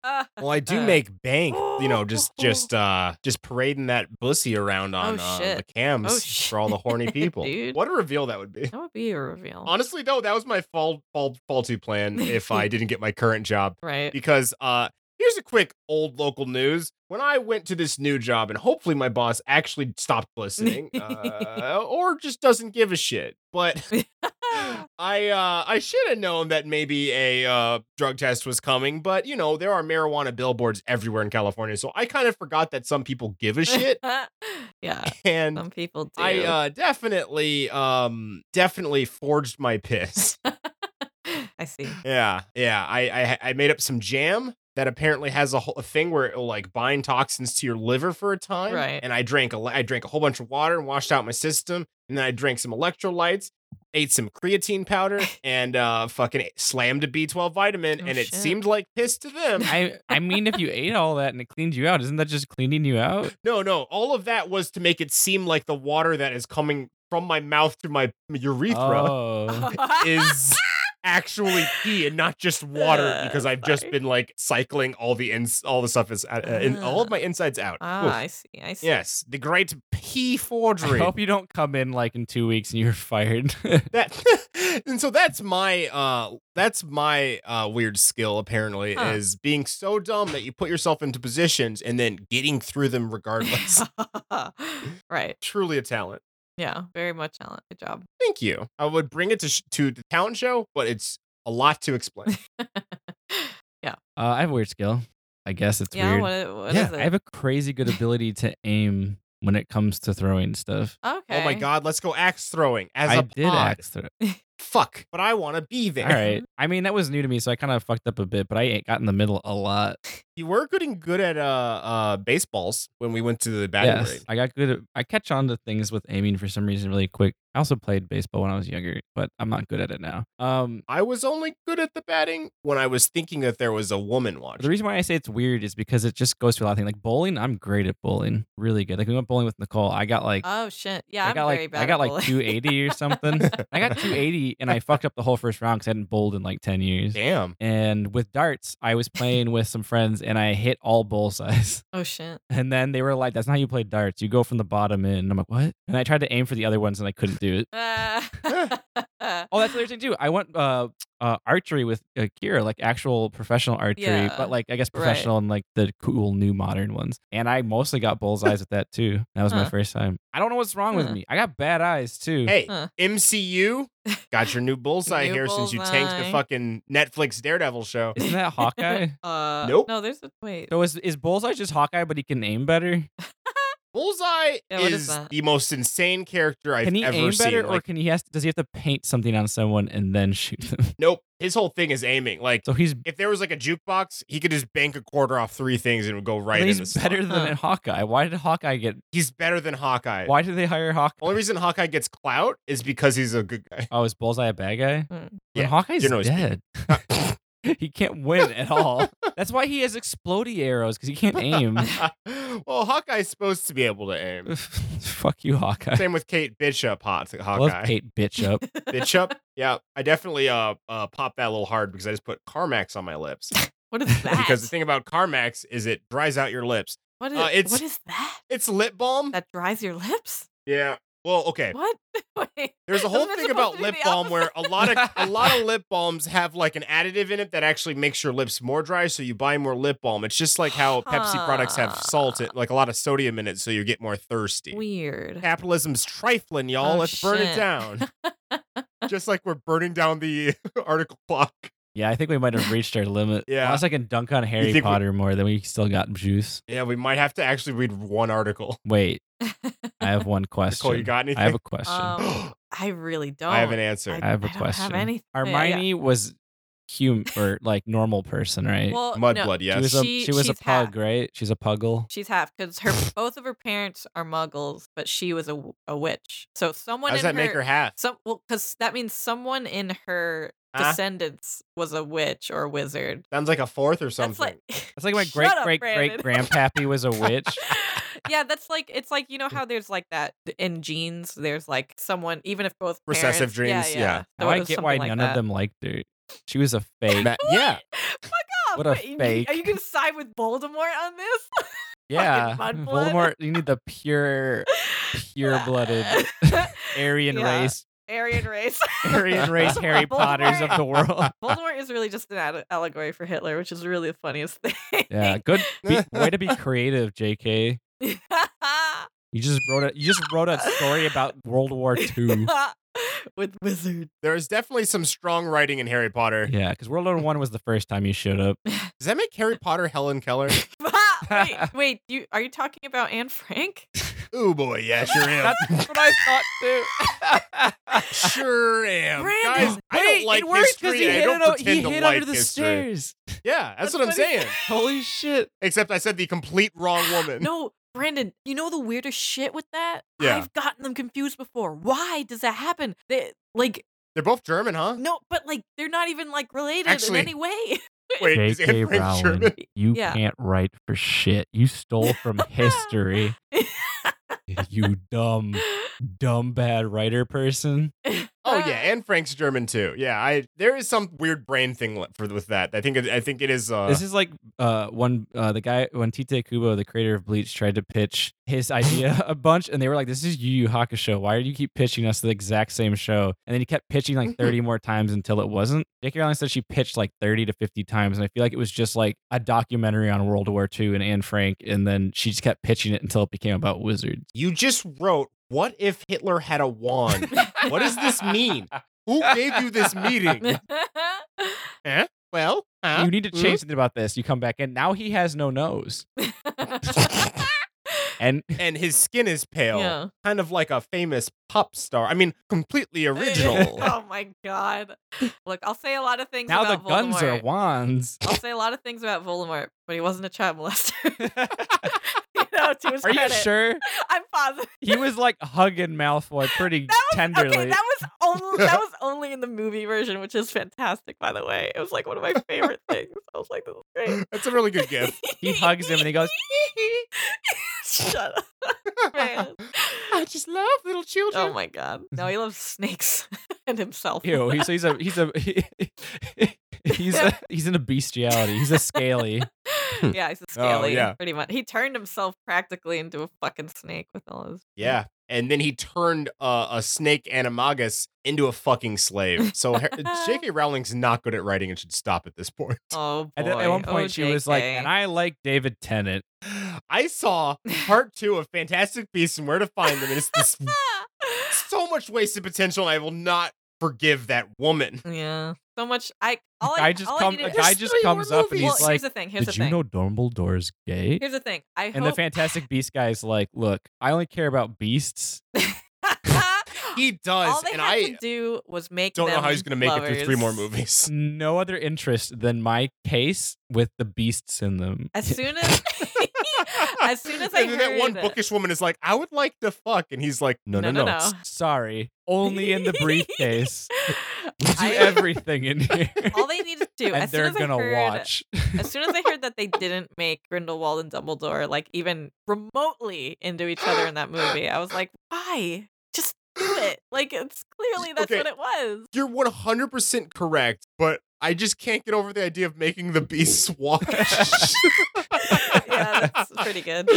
Speaker 2: Uh,
Speaker 1: Well, I do
Speaker 2: Uh,
Speaker 1: make bank, you know, just just uh just parading that bussy around on
Speaker 2: Oh,
Speaker 1: uh,
Speaker 2: shit.
Speaker 1: the cams
Speaker 2: Oh,
Speaker 1: for all the horny
Speaker 2: shit,
Speaker 1: people.
Speaker 2: dude.
Speaker 1: What a reveal that would be.
Speaker 2: that would be a reveal.
Speaker 1: Honestly, though, that was my fall, fall, faulty plan if I didn't get my current job.
Speaker 2: right.
Speaker 1: Because uh here's a quick old local news. When I went to this new job, and hopefully my boss actually stopped listening, uh, or just doesn't give a shit. But I uh I should have known that maybe a uh drug test was coming, but you know, there are marijuana billboards everywhere in California. So I kind of forgot that some people give a shit
Speaker 2: yeah.
Speaker 1: and
Speaker 2: Some people do.
Speaker 1: I uh definitely um definitely forged my piss.
Speaker 2: I see.
Speaker 1: yeah. Yeah, I I I made up some jam that apparently has a, whole, a thing where it will like bind toxins to your liver for a time.
Speaker 2: Right.
Speaker 1: And I drank a, li- I drank a whole bunch of water and washed out my system, and then I drank some electrolytes, ate some creatine powder, and uh, fucking slammed a B12 vitamin,
Speaker 2: Oh,
Speaker 1: and it
Speaker 2: shit.
Speaker 1: seemed like piss to them.
Speaker 3: I I mean, if you ate all that and it cleaned you out, isn't that just cleaning you out?
Speaker 1: no, no, all of that was to make it seem like the water that is coming from my mouth through my urethra
Speaker 3: Oh.
Speaker 1: is. Actually, pee and not just water
Speaker 2: Uh,
Speaker 1: because I've just
Speaker 2: sorry.
Speaker 1: been like cycling all the ins, all the stuff is uh, uh, in, all of my insides out.
Speaker 2: ah,
Speaker 1: Oof.
Speaker 2: I see. I see.
Speaker 1: Yes, the great pee
Speaker 3: I
Speaker 1: forgery.
Speaker 3: hope you don't come in like in two weeks and you're fired.
Speaker 1: that and so that's my uh that's my uh weird skill apparently
Speaker 2: Huh.
Speaker 1: is being so dumb that you put yourself into positions and then getting through them regardless
Speaker 2: right.
Speaker 1: truly a talent
Speaker 2: Yeah. Very much talent. Good job.
Speaker 1: thank you i would bring it to sh- to the talent show but it's a lot to explain
Speaker 3: Uh, I have a weird skill. I guess it's
Speaker 2: yeah.
Speaker 3: weird.
Speaker 2: What, i- what is
Speaker 3: yeah,
Speaker 2: it?
Speaker 3: I have a crazy good ability to aim when it comes to throwing stuff.
Speaker 2: okay.
Speaker 1: oh my god let's go axe throwing as
Speaker 3: I
Speaker 1: a
Speaker 3: did
Speaker 1: pod.
Speaker 3: axe throw.
Speaker 1: fuck but i want to be there
Speaker 3: All right. I mean, that was new to me, so I kind of fucked up a bit, but I got in the middle a lot.
Speaker 1: you were getting good at uh uh baseballs when we went to the batting
Speaker 3: yes,
Speaker 1: range.
Speaker 3: I got good. At, I catch on to things with aiming for some reason really quick. I also played baseball when I was younger, but I'm not good at it now. Um,
Speaker 1: i was only good at the batting when i was thinking that there was a woman
Speaker 3: the
Speaker 1: watching
Speaker 3: reason why I say it's weird is because it just goes through a lot of things. Like bowling, I'm great at bowling, really good. Like we went bowling with Nicole. I got like.
Speaker 2: Oh shit. Yeah.
Speaker 3: I
Speaker 2: am
Speaker 3: got
Speaker 2: very
Speaker 3: like
Speaker 2: bad
Speaker 3: I
Speaker 2: at
Speaker 3: got like
Speaker 2: bowling.
Speaker 3: 280 or something. I got 280 and I fucked up the whole first round because I hadn't bowled in like 10 years.
Speaker 1: damn
Speaker 3: And with darts, I was playing with some friends and I hit all bullseyes.
Speaker 2: Oh shit.
Speaker 3: And then they were like, "That's not how you play darts. You go from the bottom in." And I'm like, "What?" And I tried to aim for the other ones and I couldn't do it.
Speaker 2: Uh,
Speaker 3: Oh, that's the other thing too. I went uh, uh, archery with uh, Kira, like actual professional archery,
Speaker 2: Yeah.
Speaker 3: but like I guess
Speaker 2: Right.
Speaker 3: professional and like the cool new modern ones. And I mostly got bullseyes with that too. That was my
Speaker 2: Huh.
Speaker 3: first time. I don't know what's wrong with
Speaker 2: Huh.
Speaker 3: me. I got bad eyes too.
Speaker 1: Hey,
Speaker 2: Huh.
Speaker 1: MCU got your new bullseye
Speaker 2: New
Speaker 1: here since you tanked the
Speaker 2: bullseye.
Speaker 1: fucking Netflix Daredevil show.
Speaker 3: Isn't that Hawkeye?
Speaker 2: Uh,
Speaker 1: Nope.
Speaker 2: No, there's a wait.
Speaker 3: so is is bullseye just Hawkeye, but he can aim better?
Speaker 1: Bullseye
Speaker 2: Yeah, what
Speaker 1: is,
Speaker 2: is that?
Speaker 1: the most insane character I've
Speaker 3: Can he
Speaker 1: ever
Speaker 3: aim
Speaker 1: seen.
Speaker 3: better, or
Speaker 1: like,
Speaker 3: can he has does he have to paint something on someone and then shoot them?
Speaker 1: nope, his whole thing is aiming. Like,
Speaker 3: So he's
Speaker 1: if there was like a jukebox, he could just bank a quarter off three things and it would go right
Speaker 3: But
Speaker 1: in.
Speaker 3: he's
Speaker 1: the slot.
Speaker 3: better than
Speaker 2: Huh.
Speaker 3: Hawkeye. Why did Hawkeye get?
Speaker 1: He's better than Hawkeye.
Speaker 3: Why did they hire Hawkeye?
Speaker 1: Only reason Hawkeye gets clout is because he's a good guy.
Speaker 3: oh, is Bullseye a bad guy?
Speaker 2: Mm.
Speaker 3: Then
Speaker 1: Yeah,
Speaker 3: Hawkeye's
Speaker 1: generally
Speaker 3: dead.
Speaker 1: speaking.
Speaker 3: he can't win at all. That's why he has explodey arrows because he can't aim.
Speaker 1: well, Hawkeye's supposed to be able to aim.
Speaker 3: Fuck you, Hawkeye.
Speaker 1: Same with Kate Bishop, Haw-
Speaker 3: I
Speaker 1: Hawkeye.
Speaker 3: love Kate bitch up.
Speaker 1: Bishop. Yeah, I definitely uh, uh popped that a little hard because I just put Carmax on my lips.
Speaker 2: What is that?
Speaker 1: because the thing about Carmax is it dries out your lips.
Speaker 2: what is,
Speaker 1: uh, it's-
Speaker 2: what is that?
Speaker 1: It's lip balm.
Speaker 2: That dries your lips?
Speaker 1: yeah, Well, okay.
Speaker 2: What? Wait,
Speaker 1: There's a whole
Speaker 2: isn't it
Speaker 1: thing
Speaker 2: supposed
Speaker 1: about
Speaker 2: to be
Speaker 1: lip
Speaker 2: the
Speaker 1: balm
Speaker 2: opposite?
Speaker 1: where a lot of a lot of lip balms have like an additive in it that actually makes your lips more dry, so you buy more lip balm. It's just like how Pepsi products have salt, in, like a lot of sodium in it, so you get more thirsty.
Speaker 2: Weird.
Speaker 1: Capitalism's trifling, y'all.
Speaker 2: Oh,
Speaker 1: Let's burn it
Speaker 2: shit.
Speaker 1: down. just like we're burning down the article clock.
Speaker 3: Yeah, I think we might have reached our limit.
Speaker 1: Yeah.
Speaker 3: Unless I can dunk on Harry
Speaker 1: think we-
Speaker 3: Potter more than we still got juice.
Speaker 1: Yeah, we might have to actually read one article.
Speaker 3: Wait, I have one question.
Speaker 1: Nicole, you got anything?
Speaker 3: I have a question.
Speaker 2: Um, I really don't.
Speaker 1: I have an answer.
Speaker 2: I-
Speaker 3: I have a
Speaker 2: don't have
Speaker 3: question.
Speaker 2: anything. I-
Speaker 3: Hermione was human or like normal person, right?
Speaker 2: Well, no,
Speaker 1: Mudblood,
Speaker 3: she
Speaker 1: yes.
Speaker 3: was a
Speaker 2: She-
Speaker 3: she was a
Speaker 2: she's half.
Speaker 3: pug, right? She's a puggle.
Speaker 2: She's half because her both of her parents are Muggles, but she was a, w- a witch. So someone
Speaker 1: How does
Speaker 2: in
Speaker 1: that
Speaker 2: her
Speaker 1: make her half?
Speaker 2: some well because that means someone in her
Speaker 1: Huh?
Speaker 2: descendants was a witch or wizard.
Speaker 1: Sounds like a fourth or something.
Speaker 2: That's like
Speaker 3: That's like my
Speaker 2: Shut
Speaker 3: great
Speaker 2: up,
Speaker 3: great great
Speaker 2: Brandon.
Speaker 3: grandpappy was a witch.
Speaker 2: yeah, that's like it's like you know how there's like that in genes. There's like someone even if both
Speaker 1: Recessive
Speaker 2: parents-
Speaker 1: genes,
Speaker 2: Yeah,
Speaker 1: yeah.
Speaker 2: So
Speaker 3: now
Speaker 2: it
Speaker 3: I
Speaker 2: was
Speaker 3: get
Speaker 2: something
Speaker 3: why
Speaker 2: like
Speaker 3: none
Speaker 2: that.
Speaker 3: of them liked her. She was a fake.
Speaker 1: Ma- yeah.
Speaker 2: Fuck off!
Speaker 3: What a
Speaker 2: you-
Speaker 3: fake.
Speaker 2: Are you gonna side with Voldemort on this?
Speaker 3: yeah,
Speaker 2: Mudblood.
Speaker 3: Voldemort. You need the pure, pure-blooded Aryan
Speaker 2: Yeah.
Speaker 3: race,
Speaker 2: Aryan race.
Speaker 3: Aryan race Harry Potters of the world.
Speaker 2: Voldemort is really just an ad- allegory for Hitler, which is really the funniest thing.
Speaker 3: Yeah, good be, way to be creative, J.K. You just wrote a you just wrote a story about World War II.
Speaker 2: with wizard.
Speaker 1: There is definitely some strong writing in Harry Potter.
Speaker 3: Yeah, because World War One was the first time you showed up.
Speaker 1: Does that make Harry Potter Helen Keller?
Speaker 2: wait, wait, you are you talking about Anne Frank?
Speaker 1: Ooh boy, yeah, sure am.
Speaker 3: That's what I thought too.
Speaker 1: sure am.
Speaker 2: Brandon,
Speaker 1: Guys, I don't like
Speaker 3: it works
Speaker 1: history.
Speaker 3: he
Speaker 1: and
Speaker 3: hit,
Speaker 1: I
Speaker 3: it
Speaker 1: don't
Speaker 3: o-
Speaker 1: pretend
Speaker 3: he
Speaker 1: to
Speaker 3: hit
Speaker 1: like
Speaker 3: under the
Speaker 1: history.
Speaker 3: stairs.
Speaker 1: Yeah, that's,
Speaker 3: That's
Speaker 1: what I'm
Speaker 3: what he-
Speaker 1: saying.
Speaker 3: Holy shit!
Speaker 1: Except I said the complete wrong woman.
Speaker 2: No, Brandon, you know the weirdest shit with that?
Speaker 1: Yeah.
Speaker 2: I've gotten them confused before. Why does that happen? They like
Speaker 1: They're both German, huh?
Speaker 2: no, but like they're not even like related
Speaker 1: Actually-
Speaker 2: in any way.
Speaker 1: Wait, is
Speaker 3: J.K.
Speaker 1: Anne Frank German?
Speaker 3: Rowling, you
Speaker 2: Yeah.
Speaker 3: can't write for shit. You stole from history. you dumb, dumb bad writer person.
Speaker 1: Oh
Speaker 3: Ah.
Speaker 1: yeah, Anne Frank's German too. Yeah, I there is some weird brain thing li- for with that. I think it, I think it is. Uh,
Speaker 3: This is like uh, one uh, the guy when Tite Kubo, the creator of Bleach, tried to pitch his idea a bunch, and they were like, "This is Yu Yu Hakusho. Why do you keep pitching us the exact same show?" And then he kept pitching like thirty more times until it wasn't. J.K. Rowling said she pitched like thirty to fifty times, and I feel like it was just like a documentary on World War II and Anne Frank, and then she just kept pitching it until it became about wizards.
Speaker 1: you just wrote. What if Hitler had a wand? what does this mean? Who gave you this meeting? Well, huh?
Speaker 3: You need to
Speaker 1: Hmm?
Speaker 3: change something about this. You come back in now. He has no nose, and
Speaker 1: and his skin is pale,
Speaker 2: Yeah.
Speaker 1: kind of like a famous pop star. I mean, completely original.
Speaker 2: oh my god. Look, I'll say a lot of things
Speaker 3: now the
Speaker 2: about
Speaker 3: guns are
Speaker 2: Voldemort.
Speaker 3: wands.
Speaker 2: I'll say a lot of things about Voldemort, but he wasn't a child molester. you know, to his
Speaker 3: Are you
Speaker 2: credit.
Speaker 3: sure?
Speaker 2: I'm positive.
Speaker 3: he was like hugging Malfoy pretty
Speaker 2: That was,
Speaker 3: tenderly.
Speaker 2: Okay, that was only that was only in the movie version, which is fantastic, by the way. It was like one of my favorite things. I was like, this is great.
Speaker 1: That's a really good gift.
Speaker 3: He hugs him and he goes,
Speaker 2: "Shut up, man!"
Speaker 1: just love little children.
Speaker 2: Oh my god! No, he loves snakes and himself.
Speaker 3: Ew, he's, he's a he's a he's a, he's in a bestiality. He's a scaly. Hmm.
Speaker 2: yeah, he's a
Speaker 3: Oh,
Speaker 2: scaly.
Speaker 1: yeah.
Speaker 2: pretty much. He turned himself practically into a fucking snake with all his.
Speaker 1: yeah. And then he turned uh, a snake animagus into a fucking slave. So Har- J.K. Rowling's not good at writing and should stop at this point.
Speaker 2: Oh boy!
Speaker 3: And then at one point
Speaker 2: oh,
Speaker 3: she was like,
Speaker 2: JK.
Speaker 3: and I like David Tennant.
Speaker 1: I saw part two of Fantastic Beasts and Where to Find Them, and it's this so much wasted potential. And I will not forgive that woman.
Speaker 2: yeah, so much. I all I,
Speaker 3: guy just
Speaker 2: all
Speaker 3: comes
Speaker 2: I
Speaker 3: a
Speaker 2: needed-
Speaker 3: guy
Speaker 1: There's
Speaker 3: just
Speaker 1: three more
Speaker 3: comes up and
Speaker 1: movies.
Speaker 3: he's
Speaker 2: Well,
Speaker 3: like,
Speaker 2: here's the thing. Here's
Speaker 3: Did
Speaker 2: the
Speaker 3: you
Speaker 2: thing.
Speaker 3: know Dumbledore's gay?
Speaker 2: Here's the thing. I
Speaker 3: And the
Speaker 2: hope
Speaker 3: Fantastic Beast guy's like, look, I only care about beasts.
Speaker 1: He does,
Speaker 2: all they
Speaker 1: and
Speaker 2: had
Speaker 1: I
Speaker 2: to do was make.
Speaker 1: don't know
Speaker 2: them
Speaker 1: how he's going to make it through three more
Speaker 2: lovers.
Speaker 1: movies.
Speaker 3: No other interest than my case with the beasts in them.
Speaker 2: As soon as, as soon as I
Speaker 1: and then that one
Speaker 2: heard-
Speaker 1: bookish woman is like, "I would like to fuck," and he's like, "No, no, no."
Speaker 2: No, no,
Speaker 3: S- Sorry, only in the briefcase. We do
Speaker 2: I-
Speaker 3: everything in here.
Speaker 2: all they needed to do,
Speaker 3: and
Speaker 2: as soon
Speaker 3: they're
Speaker 2: as I
Speaker 3: gonna
Speaker 2: heard-
Speaker 3: watch.
Speaker 2: As soon as I heard that they didn't make Grindelwald and Dumbledore like even remotely into each other in that movie, I was like, why? Just do it. Like it's clearly that's
Speaker 1: Okay.
Speaker 2: what it was.
Speaker 1: You're 100 percent correct, but I just can't get over the idea of making the beasts walk.
Speaker 2: yeah, uh, that's pretty good.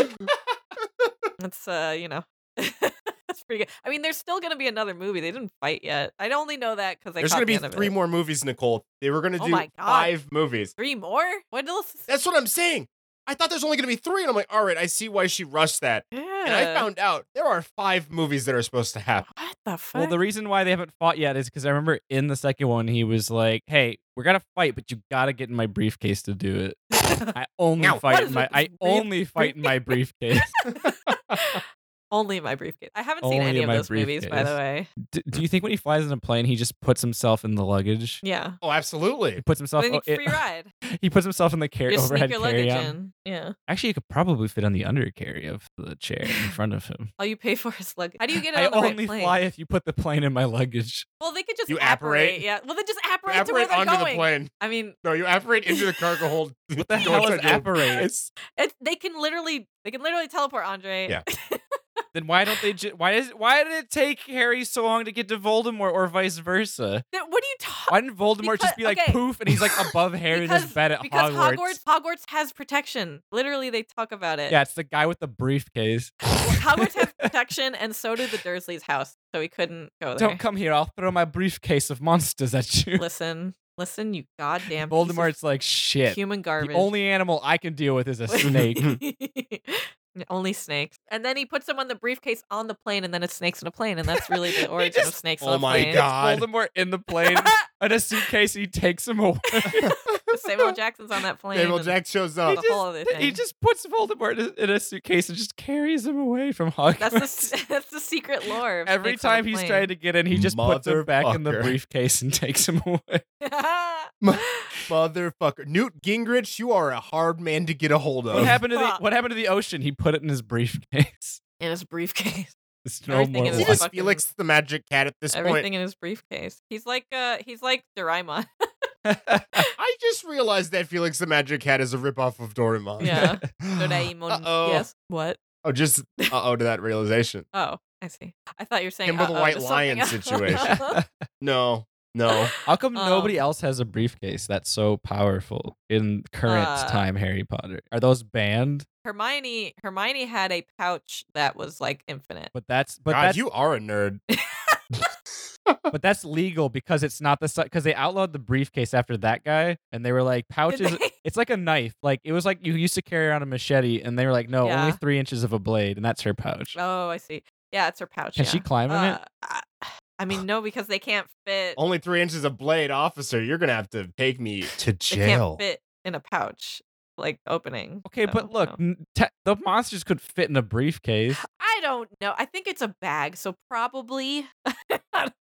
Speaker 2: That's uh, you know. that's pretty good. I mean, there's still gonna be another movie. They didn't fight yet. I only know that because I
Speaker 1: There's
Speaker 2: caught
Speaker 1: gonna
Speaker 2: the
Speaker 1: be
Speaker 2: end of
Speaker 1: three
Speaker 2: it.
Speaker 1: more movies, Nicole. They were gonna
Speaker 2: Oh
Speaker 1: do
Speaker 2: my God.
Speaker 1: five movies.
Speaker 2: Three more? What else? is-
Speaker 1: That's what I'm saying. I thought there's only gonna be three, and I'm like, all right, I see why she rushed that.
Speaker 2: yeah.
Speaker 1: And I found out there are five movies that are supposed to happen.
Speaker 2: what the fuck?
Speaker 3: Well, the reason why they haven't fought yet is because I remember in the second one he was like, "Hey, we're gonna fight, but you gotta get in my briefcase to do it. I only
Speaker 1: Now,
Speaker 2: what
Speaker 3: fight
Speaker 2: is
Speaker 3: in my
Speaker 2: with
Speaker 3: I
Speaker 2: this brief-
Speaker 3: only fight in my briefcase."
Speaker 2: only my briefcase. I haven't seen
Speaker 3: Only
Speaker 2: any
Speaker 3: in
Speaker 2: of
Speaker 3: my
Speaker 2: those movies, by the
Speaker 3: briefcase.
Speaker 2: way.
Speaker 3: D- do you think when he flies in a plane, he just puts himself in the luggage?
Speaker 2: Yeah.
Speaker 1: Oh,
Speaker 3: He
Speaker 1: absolutely.
Speaker 3: puts himself.
Speaker 2: then you
Speaker 3: oh, it-
Speaker 2: free ride.
Speaker 3: he puts himself in the carry
Speaker 2: Just sneak
Speaker 3: overhead
Speaker 2: your luggage
Speaker 3: carry-on.
Speaker 2: in. Yeah.
Speaker 3: Actually, he could probably fit on the undercarry of the chair in front of him.
Speaker 2: All you pay for is luggage. How do you get it
Speaker 3: I
Speaker 2: on the right
Speaker 3: only
Speaker 2: plane?
Speaker 3: fly if you put the plane in my luggage.
Speaker 2: Well, they could just
Speaker 1: You apparate.
Speaker 2: Yeah. Well, then just apparate, to where
Speaker 1: Apparate
Speaker 2: they're
Speaker 1: onto
Speaker 2: going.
Speaker 1: the plane.
Speaker 2: I mean,
Speaker 1: No, you apparate into the cargo hold.
Speaker 3: What the hell is apparate?
Speaker 1: It's
Speaker 2: it, they can literally they can literally teleport Andre.
Speaker 1: Yeah.
Speaker 3: then why don't they? Ju- why is? Why did it take Harry so long to get to Voldemort, or vice versa?
Speaker 2: Then What are you talking?
Speaker 3: Why didn't Voldemort
Speaker 2: Because-
Speaker 3: just be like
Speaker 2: okay.
Speaker 3: poof, and he's like above Harry in his
Speaker 2: Because-
Speaker 3: bed at
Speaker 2: Because
Speaker 3: Hogwarts?
Speaker 2: Hogwarts. Hogwarts has protection. Literally, they talk about it.
Speaker 3: Yeah, it's the guy with the briefcase.
Speaker 2: Well, Hogwarts has protection, and so did the Dursleys' house, so he couldn't go there.
Speaker 3: Don't come here. I'll throw my briefcase of monsters at you.
Speaker 2: Listen, listen, you goddamn piece of
Speaker 3: Voldemort's like shit.
Speaker 2: human
Speaker 3: The
Speaker 2: garbage.
Speaker 3: only animal I can deal with is a snake.
Speaker 1: Mm-hmm.
Speaker 2: Only snakes, and then he puts them on the briefcase on the plane, and then it's snakes in a plane, and that's really
Speaker 3: He
Speaker 2: the origin of
Speaker 3: just-
Speaker 2: snakes
Speaker 1: oh
Speaker 2: on a
Speaker 1: my
Speaker 2: plane.
Speaker 1: God.
Speaker 3: Voldemort in the plane in a suitcase. He takes him away.
Speaker 2: Samuel Jackson's on that plane.
Speaker 1: Samuel
Speaker 2: and-
Speaker 1: Jack shows
Speaker 3: he,
Speaker 1: up.
Speaker 2: the whole other
Speaker 3: just, he
Speaker 2: thing.
Speaker 3: just puts Voldemort in- in a suitcase and just carries him away from Hogwarts.
Speaker 2: That's the s- that's the secret lore. Of
Speaker 3: Every
Speaker 2: Snakes on a
Speaker 3: time he's
Speaker 2: Plane.
Speaker 3: trying to get in, he just puts him back in the
Speaker 1: Motherfucker.
Speaker 3: briefcase and takes him away.
Speaker 1: Motherfucker. Newt Gingrich, you are a hard man to get a hold of.
Speaker 3: What happened to the
Speaker 2: fuck.
Speaker 3: What happened to the ocean? He put it in his briefcase.
Speaker 2: in his briefcase.
Speaker 3: It's no
Speaker 2: Everything
Speaker 3: more.
Speaker 1: Is
Speaker 2: is
Speaker 1: he
Speaker 2: He
Speaker 3: life.
Speaker 2: just
Speaker 1: just
Speaker 2: fucking-
Speaker 1: Felix the Magic Cat at this
Speaker 2: Everything
Speaker 1: point?
Speaker 2: in his briefcase. He's like uh he's like Doraemon.
Speaker 1: I just realized that Felix the Magic Cat is a ripoff of Doraemon.
Speaker 2: Yeah. Doraemon.
Speaker 1: Uh-oh.
Speaker 2: Yes. What?
Speaker 1: Oh, just uh oh to that realization.
Speaker 2: Oh, I see. I thought you were saying
Speaker 1: Him with the
Speaker 2: uh-oh
Speaker 1: white
Speaker 2: to
Speaker 1: lion
Speaker 2: something else.
Speaker 1: situation. No, no.
Speaker 3: How come
Speaker 2: Um,
Speaker 3: nobody else has a briefcase that's so powerful in current
Speaker 2: Uh,
Speaker 3: time Harry Potter? Are those banned?
Speaker 2: Hermione Hermione had a pouch that was like infinite.
Speaker 3: But that's but
Speaker 1: God,
Speaker 3: that's
Speaker 1: you are a nerd.
Speaker 3: but that's legal because it's not the because they outlawed the briefcase after that guy and they were like
Speaker 2: Did
Speaker 3: pouches.
Speaker 2: they-
Speaker 3: It's like a knife. Like it was like you used to carry around a machete, and they were like, no,
Speaker 2: Yeah.
Speaker 3: only three inches of a blade, and that's her pouch.
Speaker 2: Oh, I see. Yeah, it's her pouch.
Speaker 3: Can
Speaker 2: yeah.
Speaker 3: she climb Oh, on
Speaker 2: Uh, I- I mean, no, because they can't fit.
Speaker 1: Only three inches of blade, officer. You're gonna have to take me to
Speaker 2: They can't fit in a pouch like opening.
Speaker 3: it? Okay,
Speaker 2: so,
Speaker 3: but
Speaker 2: no.
Speaker 3: look, n te- the monsters could fit in a briefcase.
Speaker 2: I don't know. I think it's a bag, so probably.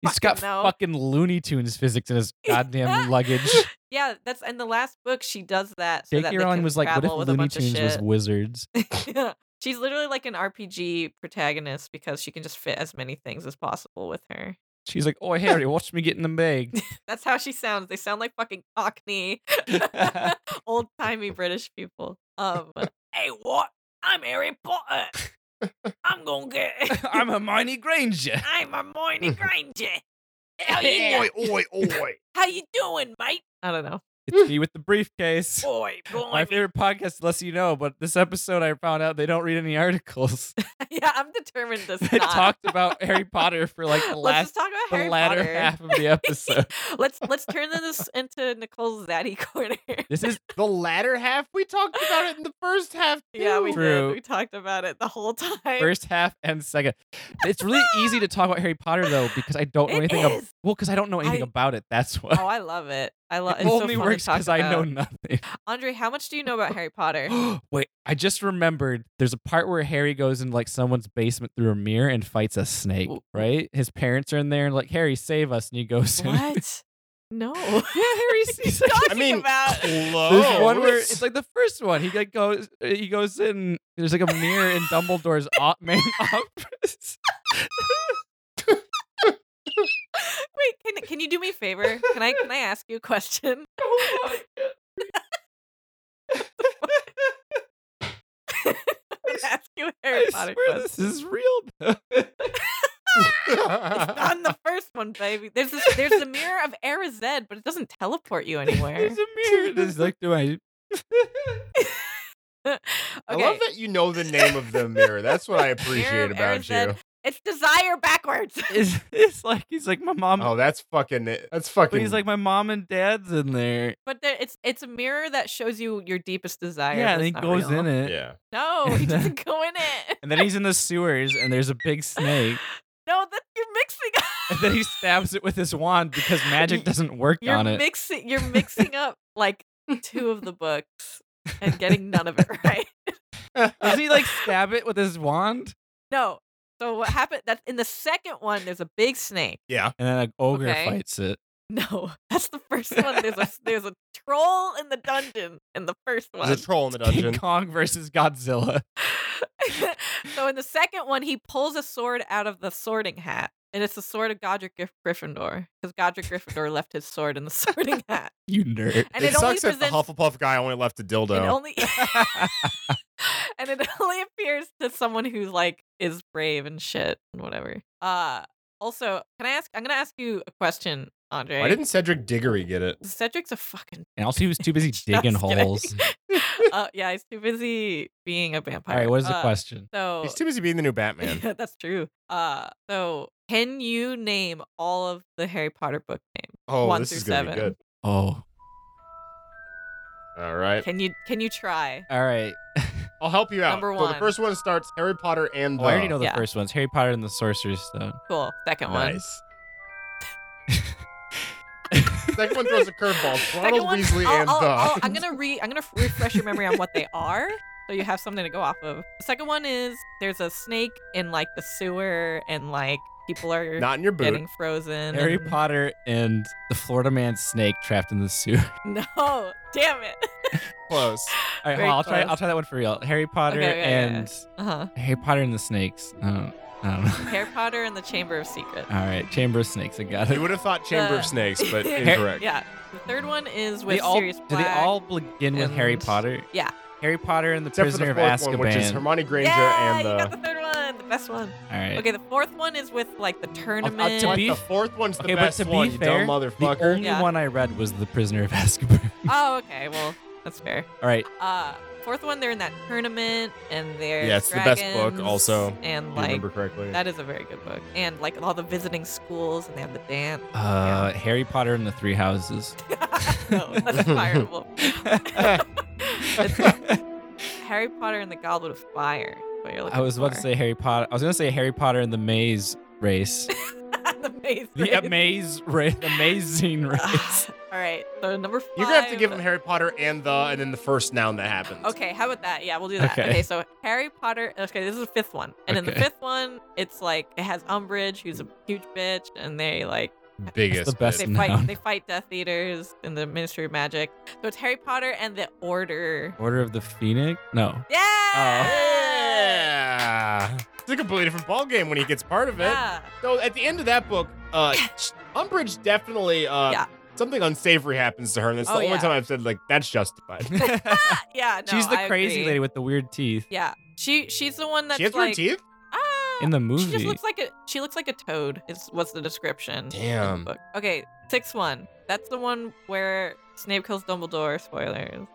Speaker 3: He's got
Speaker 2: Fucking no.
Speaker 3: fucking Looney Tunes physics in his goddamn luggage.
Speaker 2: yeah, that's in the last book. She does that. So that
Speaker 3: J.K.
Speaker 2: they
Speaker 3: Rowling
Speaker 2: can
Speaker 3: was like, "What if
Speaker 2: travel with a
Speaker 3: Looney
Speaker 2: bunch of
Speaker 3: Tunes was
Speaker 2: shit."
Speaker 3: wizards?"
Speaker 2: Yeah. She's literally like an RPG protagonist because she can just fit as many things as possible with her.
Speaker 3: She's like, "Oh, Harry, watch me get in the bag."
Speaker 2: That's how she sounds. They sound like fucking Cockney, old timey British people. Um, hey, what? I'm Harry Potter. I'm gonna get.
Speaker 3: I'm Hermione Granger.
Speaker 2: I'm Hermione Granger. How
Speaker 1: Oi, oi, oi.
Speaker 2: How you doing, mate? I don't know.
Speaker 3: It's me with the briefcase.
Speaker 2: Boy, boy.
Speaker 3: My favorite podcast, less you know. But this episode, I found out they don't read any articles.
Speaker 2: yeah, I'm determined to
Speaker 3: they
Speaker 2: stop.
Speaker 3: talked about Harry Potter for like the
Speaker 2: Let's
Speaker 3: last,
Speaker 2: just talk about
Speaker 3: the
Speaker 2: Harry
Speaker 3: latter
Speaker 2: Potter.
Speaker 3: half of the episode.
Speaker 2: let's let's turn this into Nicole's zaddy corner.
Speaker 3: this is
Speaker 1: The latter half, we talked about it in the first half.
Speaker 2: yeah, we
Speaker 1: too.
Speaker 3: True.
Speaker 2: did. We talked about it the whole time.
Speaker 3: first half and second. It's really easy to talk about Harry Potter though because I don't know
Speaker 2: It
Speaker 3: anything. Ab-
Speaker 2: is.
Speaker 3: well, because I don't know anything
Speaker 2: I-
Speaker 3: about it. That's why.
Speaker 2: oh, I love it. I love.
Speaker 3: it
Speaker 2: it's so
Speaker 3: only
Speaker 2: fun to
Speaker 3: works
Speaker 2: talk
Speaker 3: because I know
Speaker 2: about.
Speaker 3: nothing.
Speaker 2: Andre, how much do you know about Harry Potter?
Speaker 3: Wait, I just remembered there's a part where Harry goes into like someone's basement through a mirror and fights a snake,
Speaker 2: Ooh.
Speaker 3: right? His parents are in there and like, Harry, save us. And he goes in.
Speaker 2: what? No. yeah,
Speaker 3: Harry's- he's like-
Speaker 2: talking
Speaker 1: I mean,
Speaker 2: about.
Speaker 3: There's
Speaker 2: Oh.
Speaker 3: one where
Speaker 1: close.
Speaker 3: it's like the first one. He like goes, he goes in. There's like a mirror in Dumbledore's o- main office.
Speaker 2: Wait, can can you do me a favor? Can I can I ask you a question? ask you a Harry
Speaker 3: I
Speaker 2: Potter
Speaker 3: swear
Speaker 2: question.
Speaker 3: this is real. though.
Speaker 2: It's not in the first one, baby. There's this, there's the mirror of Erized, but it doesn't teleport you anywhere.
Speaker 3: there's a mirror. There's like, do I?
Speaker 2: okay.
Speaker 1: I love that you know the name of the mirror. That's what I appreciate
Speaker 2: Mirror of
Speaker 1: about you.
Speaker 2: Erised It's desire backwards.
Speaker 3: It's, it's like he's like my
Speaker 2: um,
Speaker 3: mom.
Speaker 1: Oh, that's fucking. That's fucking.
Speaker 3: but he's like my mom and dad's in there.
Speaker 2: But there, it's it's a mirror that shows you your deepest desire.
Speaker 3: Yeah, and
Speaker 2: but
Speaker 3: he
Speaker 2: it's not
Speaker 3: goes
Speaker 2: real.
Speaker 3: in it.
Speaker 1: yeah.
Speaker 2: No, he doesn't go in it.
Speaker 3: And then he's in the sewers, and there's a big snake.
Speaker 2: No, that you're mixing up.
Speaker 3: And then he stabs it with his wand because magic doesn't work
Speaker 2: You're
Speaker 3: on it.
Speaker 2: mixing. You're mixing up like two of the books and getting none of it right.
Speaker 3: Does he like stab it with his wand?
Speaker 2: No. So what happened? That in the second one, there's a big snake.
Speaker 1: Yeah.
Speaker 3: And then an ogre
Speaker 2: Okay.
Speaker 3: fights it.
Speaker 2: No, that's the first one. There's a there's a troll in the dungeon in the first one.
Speaker 1: There's a troll in the
Speaker 3: King
Speaker 1: dungeon.
Speaker 3: Kong versus Godzilla.
Speaker 2: so in the second one, he pulls a sword out of the sorting hat, and it's the sword of Godric Gryff- Gryffindor because Godric Gryffindor left his sword in the sorting hat,
Speaker 3: You nerd.
Speaker 2: and
Speaker 1: it,
Speaker 2: it, only
Speaker 1: sucks that
Speaker 2: presents
Speaker 1: the Hufflepuff guy only left a dildo.
Speaker 2: it only and it only appears to someone who's like is brave and shit and whatever. Uh, also, can I ask? I'm gonna ask you a question,
Speaker 3: Oh,
Speaker 2: Andre.
Speaker 1: Why didn't Cedric Diggory get it?
Speaker 2: Cedric's a fucking.
Speaker 3: And also, he was too busy
Speaker 2: Just
Speaker 3: digging
Speaker 2: kidding.
Speaker 3: holes.
Speaker 2: uh, yeah, he's too busy being a vampire.
Speaker 3: All right, what is the
Speaker 2: Uh,
Speaker 3: question?
Speaker 2: So
Speaker 1: He's too busy being the new Batman.
Speaker 2: Yeah, that's true. Uh, so can you name all of the Harry Potter book names?
Speaker 1: Oh,
Speaker 2: One
Speaker 1: this
Speaker 2: through
Speaker 1: is gonna be
Speaker 2: seven.
Speaker 1: good.
Speaker 3: Oh,
Speaker 1: All right,
Speaker 2: Can you can you try?
Speaker 3: all right.
Speaker 1: I'll help you out.
Speaker 2: Number
Speaker 1: So
Speaker 2: one.
Speaker 1: the first one starts Harry Potter and.
Speaker 3: Oh, I already
Speaker 1: the-
Speaker 3: know the
Speaker 2: Yeah.
Speaker 3: first ones Harry Potter and the Sorcerer's Stone.
Speaker 2: Cool. Second one.
Speaker 1: Nice. Second one throws a curveball.
Speaker 2: Second
Speaker 1: Ronald
Speaker 2: one-
Speaker 1: Weasley
Speaker 2: I'll-
Speaker 1: and uh,
Speaker 2: I'll-
Speaker 1: the.
Speaker 2: I'll- I'm gonna re I'm gonna f- refresh your memory on what they are, so you have something to go off of. The second one is there's a snake in like the sewer, and like people are
Speaker 1: Not in your boot.
Speaker 2: getting frozen.
Speaker 3: Harry
Speaker 2: and-
Speaker 3: Potter and the Florida man snake trapped in the sewer.
Speaker 2: No, damn it.
Speaker 1: Close.
Speaker 3: All right, hold on,
Speaker 2: Very
Speaker 3: I'll try.
Speaker 2: close.
Speaker 3: I'll try that one for real. Harry Potter
Speaker 2: Okay, okay, yeah,
Speaker 3: and
Speaker 2: Uh
Speaker 1: Uh-huh.
Speaker 2: huh.
Speaker 3: Harry Potter and the snakes. Um, I don't know.
Speaker 2: Harry Potter and the Chamber of Secrets.
Speaker 3: All right, Chamber of Snakes. I got
Speaker 1: You
Speaker 3: it.
Speaker 1: would have thought Chamber of
Speaker 2: The-
Speaker 1: Snakes, but
Speaker 2: Yeah.
Speaker 1: incorrect.
Speaker 2: Yeah. The third one is with
Speaker 3: They all,
Speaker 2: Sirius
Speaker 3: do they
Speaker 2: Black.
Speaker 3: all begin with Harry
Speaker 2: and-
Speaker 3: Potter?
Speaker 2: yeah.
Speaker 3: Harry Potter and the
Speaker 1: Except
Speaker 3: Prisoner
Speaker 1: for the
Speaker 3: of
Speaker 1: fourth
Speaker 3: Azkaban.
Speaker 1: one, which is Hermione Granger
Speaker 2: yeah,
Speaker 1: and uh, the.
Speaker 3: Uh,
Speaker 2: you got the third one, the best one.
Speaker 3: all right.
Speaker 2: Okay, the fourth one is with like
Speaker 1: Oh, uh,
Speaker 2: the tournament.
Speaker 3: I'll to
Speaker 1: What?
Speaker 3: be-
Speaker 1: the fourth one's the
Speaker 3: Okay, but
Speaker 1: best
Speaker 3: to be
Speaker 1: one,
Speaker 3: fair,
Speaker 1: you dumb
Speaker 3: The
Speaker 1: motherfucker.
Speaker 3: only
Speaker 2: Yeah.
Speaker 3: one I read was the Prisoner of Azkaban.
Speaker 2: oh, okay. Well, that's fair.
Speaker 3: all right,
Speaker 2: Uh, fourth one, they're in that tournament, and they're
Speaker 1: Yeah, it's the best book
Speaker 2: dragons,
Speaker 1: also,
Speaker 2: and
Speaker 1: If you
Speaker 2: like
Speaker 1: remember correctly.
Speaker 2: that is a very good book, and like all the visiting schools, and they have the dance.
Speaker 3: uh, Harry Potter and the Three Houses.
Speaker 2: no, that's fireable. It's Harry Potter and the Goblet of Fire. is What you're looking
Speaker 3: I was about to
Speaker 2: for.
Speaker 3: say Harry Potter. I was gonna say Harry Potter and the Maze Race.
Speaker 2: the maze.
Speaker 3: The
Speaker 2: race.
Speaker 3: amaze race. The amazing
Speaker 2: Ah,
Speaker 3: race.
Speaker 2: all right, so number five.
Speaker 1: You're gonna have to give him Harry Potter and the, and then the first noun that happens.
Speaker 2: Okay, how about that? Yeah, we'll do that.
Speaker 3: Okay.
Speaker 2: Okay, so Harry Potter. Okay, this is the fifth one, and in the
Speaker 3: Okay.
Speaker 2: fifth one, it's like it has Umbridge, who's a huge bitch, and they like
Speaker 1: Biggest.
Speaker 3: That's the best
Speaker 2: they
Speaker 1: bit.
Speaker 3: Noun.
Speaker 2: fight they fight Death Eaters in the Ministry of Magic. So it's Harry Potter and the Order.
Speaker 3: Order of the Phoenix? No.
Speaker 2: Yeah.
Speaker 1: Oh. Yeah. It's a completely different ballgame when he gets part of it.
Speaker 2: Yeah.
Speaker 1: So at the end of that book, uh, Umbridge definitely uh,
Speaker 2: Yeah.
Speaker 1: something unsavory happens to her, and that's
Speaker 2: Oh,
Speaker 1: the only
Speaker 2: yeah.
Speaker 1: time I've said like that's justified.
Speaker 2: Yeah, no,
Speaker 3: She's the
Speaker 2: I
Speaker 3: crazy
Speaker 2: agree.
Speaker 3: lady with the weird teeth
Speaker 2: Yeah, she she's the one that's
Speaker 1: she has
Speaker 2: like
Speaker 1: weird teeth.
Speaker 2: ah.
Speaker 3: in the movie.
Speaker 2: She just looks like a she looks like a toad. Is what's the description? in the
Speaker 1: Damn.
Speaker 2: book. Okay, six one. That's the one where Snape kills Dumbledore. Spoilers.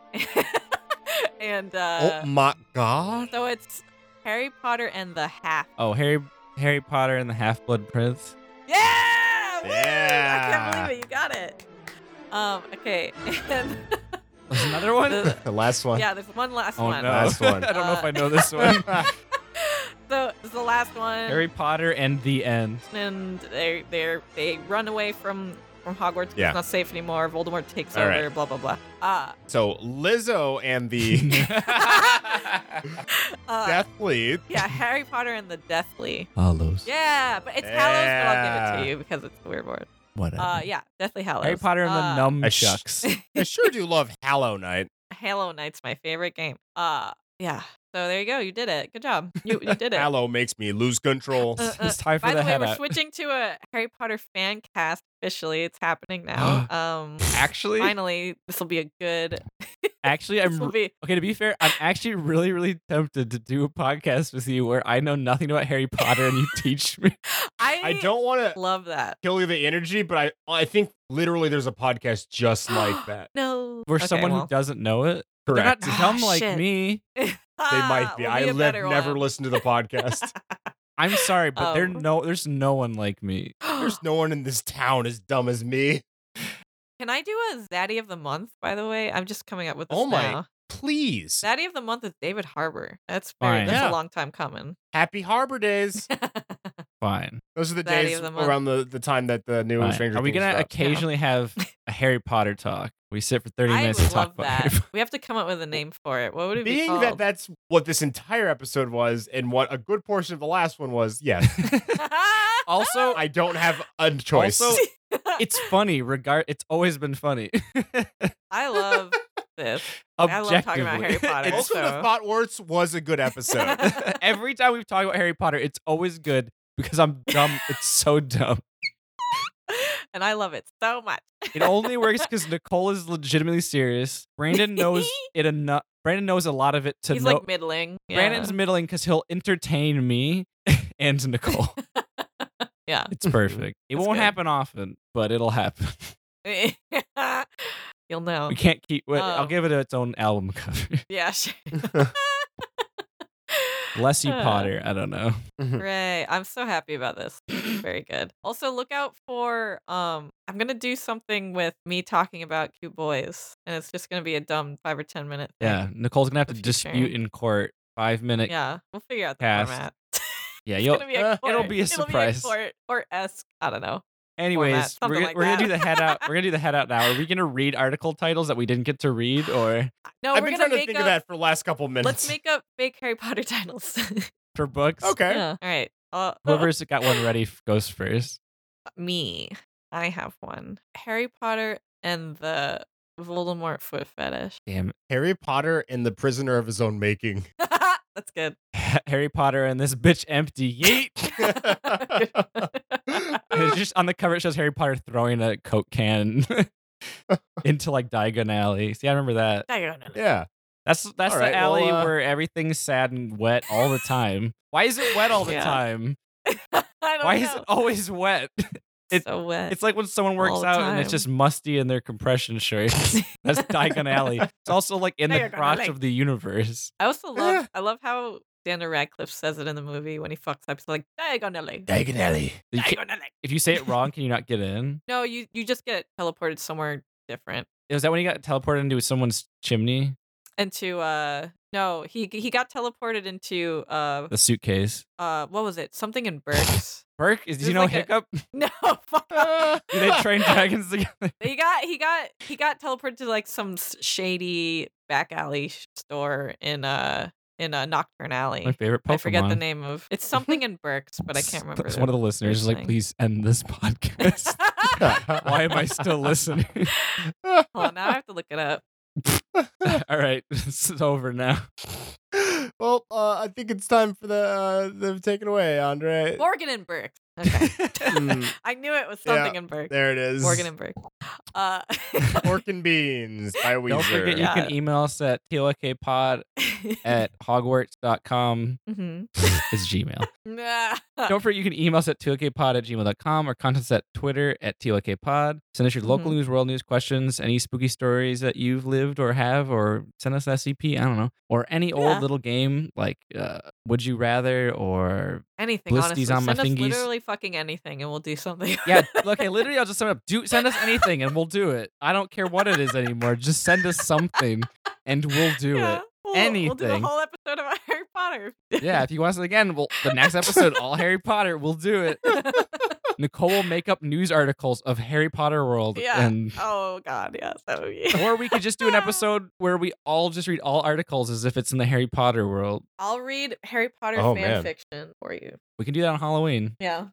Speaker 2: and uh,
Speaker 1: oh my god.
Speaker 2: so it's Harry Potter and the Half.
Speaker 3: oh, Harry Harry Potter and the Half Blood Prince.
Speaker 2: Yeah! Woo! I
Speaker 1: Yeah.
Speaker 2: can't believe it. You got it. Um. Okay. And
Speaker 3: There's another one.
Speaker 2: the-
Speaker 1: The last one.
Speaker 2: yeah, there's one last
Speaker 3: Oh
Speaker 2: one.
Speaker 3: no!
Speaker 1: Last one.
Speaker 3: I don't know if
Speaker 2: Uh,
Speaker 3: I know this one.
Speaker 2: So this is the last one.
Speaker 3: Harry Potter and the end.
Speaker 2: and they they they run away from from Hogwarts. 'cause
Speaker 1: Yeah.
Speaker 2: It's not safe anymore. Voldemort takes
Speaker 1: All
Speaker 2: over.
Speaker 1: right.
Speaker 2: Blah blah blah. Ah.
Speaker 1: so Lizzo and the
Speaker 2: Uh,
Speaker 1: Deathly.
Speaker 2: Yeah, Harry Potter and the Deathly.
Speaker 3: Hollows.
Speaker 2: Yeah, but it's Hallows, but I'll give it to you because it's a weird word.
Speaker 3: Whatever.
Speaker 2: Uh, yeah, Deathly Hallows.
Speaker 3: Harry Potter and
Speaker 2: uh,
Speaker 3: the Numchucks.
Speaker 1: I sure do love Hallow Night.
Speaker 2: Halo Knight's my favorite game. Uh, yeah. So there you go. You did it. Good job. You you did it.
Speaker 1: Hallow makes me lose control.
Speaker 2: Uh, uh,
Speaker 3: it's time for
Speaker 2: By
Speaker 3: the,
Speaker 2: the way,
Speaker 3: head
Speaker 2: we're
Speaker 3: out.
Speaker 2: switching to a Harry Potter fan cast officially. It's happening now. Um,
Speaker 3: Actually,
Speaker 2: finally, this will be a good.
Speaker 3: actually,
Speaker 2: This
Speaker 3: I'm
Speaker 2: will be.
Speaker 3: okay. To be fair, I'm actually really, really tempted to do a podcast with you where I know nothing about Harry Potter and you teach me.
Speaker 2: I
Speaker 1: I don't want to
Speaker 2: love that.
Speaker 1: kill you the energy, but I I think literally there's a podcast just like that.
Speaker 2: No.
Speaker 3: We're
Speaker 2: Okay,
Speaker 3: someone
Speaker 2: well.
Speaker 3: who doesn't know it. They're
Speaker 1: Correct.
Speaker 3: not
Speaker 2: Ah,
Speaker 3: dumb like
Speaker 2: shit.
Speaker 3: me.
Speaker 1: They might
Speaker 2: Ah,
Speaker 1: be.
Speaker 2: we'll
Speaker 1: I
Speaker 2: a
Speaker 1: live,
Speaker 2: better
Speaker 1: never
Speaker 2: one.
Speaker 1: listened to the podcast.
Speaker 3: I'm sorry, but there
Speaker 2: Um.
Speaker 3: no there's no one like me.
Speaker 1: There's no one in this town as dumb as me.
Speaker 2: Can I do a Zaddy of the month? By the way, I'm just coming up with this
Speaker 1: Oh my-
Speaker 2: now.
Speaker 1: Please.
Speaker 2: Zaddy of the month is David Harbor. That's very,
Speaker 3: Fine.
Speaker 2: that's
Speaker 1: Yeah.
Speaker 2: a long time coming.
Speaker 1: Happy Harbor Days.
Speaker 3: Fine.
Speaker 1: Those are the
Speaker 2: Daddy
Speaker 1: days
Speaker 2: of the month.
Speaker 1: around the, the time that the new
Speaker 3: Fine.
Speaker 1: Stranger
Speaker 3: Are we
Speaker 1: Things
Speaker 3: gonna
Speaker 1: dropped.
Speaker 3: occasionally have a Harry Potter talk? We sit for 30
Speaker 2: I
Speaker 3: minutes and
Speaker 2: would
Speaker 3: talk
Speaker 2: love
Speaker 3: about Harry
Speaker 2: that.
Speaker 3: Potter.
Speaker 2: We have to come up with a name for it. What would it be
Speaker 1: Being
Speaker 2: called?
Speaker 1: that that's what this entire episode was and what a good portion of the last one was, yes.
Speaker 3: Also,
Speaker 1: I don't have a choice.
Speaker 3: Also- it's funny. Regard, it's always been funny.
Speaker 2: I love this. I love talking about Harry
Speaker 3: Objectively.
Speaker 2: Potter.
Speaker 1: Welcome
Speaker 2: so-
Speaker 1: to Thought Words was a good episode.
Speaker 3: Every time we've talked about Harry Potter, it's always good because I'm dumb. It's so dumb.
Speaker 2: and I love it so much.
Speaker 3: It only works because Nicole is legitimately serious. Brandon knows it enough. Brandon knows a lot of it to
Speaker 2: He's
Speaker 3: know.
Speaker 2: like middling. Yeah.
Speaker 3: Brandon's middling because he'll entertain me and Nicole.
Speaker 2: Yeah.
Speaker 3: It's perfect. It
Speaker 2: That's
Speaker 3: won't
Speaker 2: good.
Speaker 3: happen often, but it'll happen.
Speaker 2: You'll know.
Speaker 3: We can't keep. Wait, I'll
Speaker 2: Um,
Speaker 3: give it its own album cover.
Speaker 2: Yeah, sure.
Speaker 3: Bless you,
Speaker 2: Uh,
Speaker 3: Potter. I don't know.
Speaker 2: Hooray. I'm so happy about this. Very good. Also look out for um I'm gonna do something with me talking about cute boys. And it's just gonna be a dumb five or ten minute thing.
Speaker 3: Yeah, Nicole's gonna have
Speaker 2: the
Speaker 3: to
Speaker 2: future.
Speaker 3: dispute in court. Five minute. Yeah,
Speaker 2: Yeah. We'll figure out the
Speaker 3: Cast.
Speaker 2: format.
Speaker 3: you'll.
Speaker 2: it's gonna be a
Speaker 3: uh,
Speaker 2: court.
Speaker 3: it'll be a surprise.
Speaker 2: court or esque. I don't know.
Speaker 3: anyways,
Speaker 2: something
Speaker 3: we're, gonna-
Speaker 2: like
Speaker 3: we're gonna do the
Speaker 2: that.
Speaker 3: head out. We're gonna do the head out now. Are we gonna read article titles that we didn't get to read, or
Speaker 2: No,
Speaker 1: I've been
Speaker 2: we're gonna
Speaker 1: trying to
Speaker 2: make
Speaker 1: think
Speaker 2: up
Speaker 1: of that for the last couple minutes.
Speaker 2: let's make up fake Harry Potter titles.
Speaker 3: for books?
Speaker 1: okay.
Speaker 2: Yeah. All right. Uh,
Speaker 3: Whoever's got one ready f- goes first.
Speaker 2: me. I have one. Harry Potter and the Voldemort foot fetish.
Speaker 3: Damn, it.
Speaker 1: Harry Potter and the Prisoner of His Own Making.
Speaker 2: That's good.
Speaker 3: Harry Potter and this bitch empty. Yeet. It's just on the cover. It shows Harry Potter throwing a coke can into like Diagon Alley. See, I remember that.
Speaker 2: Diagonal.
Speaker 1: yeah.
Speaker 3: That's that's
Speaker 1: All
Speaker 3: the
Speaker 1: right, well,
Speaker 3: alley
Speaker 1: uh,
Speaker 3: where everything's sad and wet all the time. Why is it wet all the
Speaker 2: Yeah.
Speaker 3: time?
Speaker 2: I don't
Speaker 3: Why
Speaker 2: know.
Speaker 3: is it always wet? it-
Speaker 2: so wet?
Speaker 3: It's like when someone works
Speaker 2: All the
Speaker 3: out and it's
Speaker 2: time.
Speaker 3: just musty in their compression shorts. That's Diagon Alley. It's also like in the
Speaker 2: Diagon
Speaker 3: crotch
Speaker 2: Alley.
Speaker 3: of the universe.
Speaker 2: I also
Speaker 1: Yeah.
Speaker 2: love. I love how Daniel Radcliffe says it in the movie when he fucks up. He's like diagonally.
Speaker 1: Diagonally.
Speaker 3: You can't-
Speaker 2: diagonally."
Speaker 3: if you say it wrong, can you not get in?
Speaker 2: No, you you just get teleported somewhere different.
Speaker 3: Is that when he got teleported into someone's chimney?
Speaker 2: Into uh no, he he got teleported into uh
Speaker 3: The suitcase.
Speaker 2: uh what was it? Something in Burks.
Speaker 3: Burke, is, do
Speaker 2: There's
Speaker 3: you know
Speaker 2: like a-
Speaker 3: Hiccup?
Speaker 2: no, fuck.
Speaker 3: Do they Uh, train dragons together?
Speaker 2: he got he got he got teleported to like some s- shady back alley sh- store in uh in a nocturne alley.
Speaker 3: My favorite Pokemon.
Speaker 2: I forget the name of it's something in Berks, but I
Speaker 3: S-
Speaker 2: can't remember.
Speaker 3: s- One of the listeners is like,
Speaker 2: thing.
Speaker 3: please end this podcast. Why am I still listening?
Speaker 2: Hold on, now I have to look it up.
Speaker 3: All right, this is over now.
Speaker 1: well, uh, I think it's time for the uh, the take it away, Andre.
Speaker 2: Morgan and Berks. Okay,
Speaker 1: Mm,
Speaker 2: I knew it was
Speaker 1: Yeah,
Speaker 2: something in Berks.
Speaker 1: there it is.
Speaker 2: Morgan and Berks. Uh,
Speaker 1: Pork and beans by Weezer.
Speaker 3: Don't forget, you
Speaker 2: Yeah.
Speaker 3: can email us at tlkpod at hogwarts.com
Speaker 2: Mhm.
Speaker 3: is Gmail.
Speaker 2: Nah.
Speaker 3: Don't forget, you can email us at tlkpod at gmail.com or contact us at Twitter at tlkpod. Send us your local
Speaker 2: Mhm.
Speaker 3: news, world news questions, any spooky stories that you've lived or have, or send us an SCP, I don't know, or any
Speaker 2: Yeah.
Speaker 3: old little game like uh, Would You Rather or
Speaker 2: anything.
Speaker 3: Blisties
Speaker 2: Honestly,
Speaker 3: on my
Speaker 2: send us
Speaker 3: fingies.
Speaker 2: literally fucking anything, and we'll do something.
Speaker 3: Yeah, okay, literally I'll just sum it up. Do send us anything and we'll do it. I don't care what it is anymore. Just send us something and we'll do
Speaker 2: Yeah,
Speaker 3: it.
Speaker 2: We'll, We'll do a
Speaker 3: Anything.
Speaker 2: whole episode about Harry Potter.
Speaker 3: Yeah, if you want us again, we'll the next episode, all Harry Potter, we'll do it. Nicole will make up news articles of Harry Potter World
Speaker 2: Yeah.
Speaker 3: and
Speaker 2: oh God, yeah. So yeah.
Speaker 3: or we could just do an episode where we all just read all articles as if it's in the Harry Potter world.
Speaker 2: I'll read Harry Potter
Speaker 1: Oh,
Speaker 2: fan
Speaker 1: man.
Speaker 2: fiction for you.
Speaker 3: We can do that on Halloween.
Speaker 2: Yeah.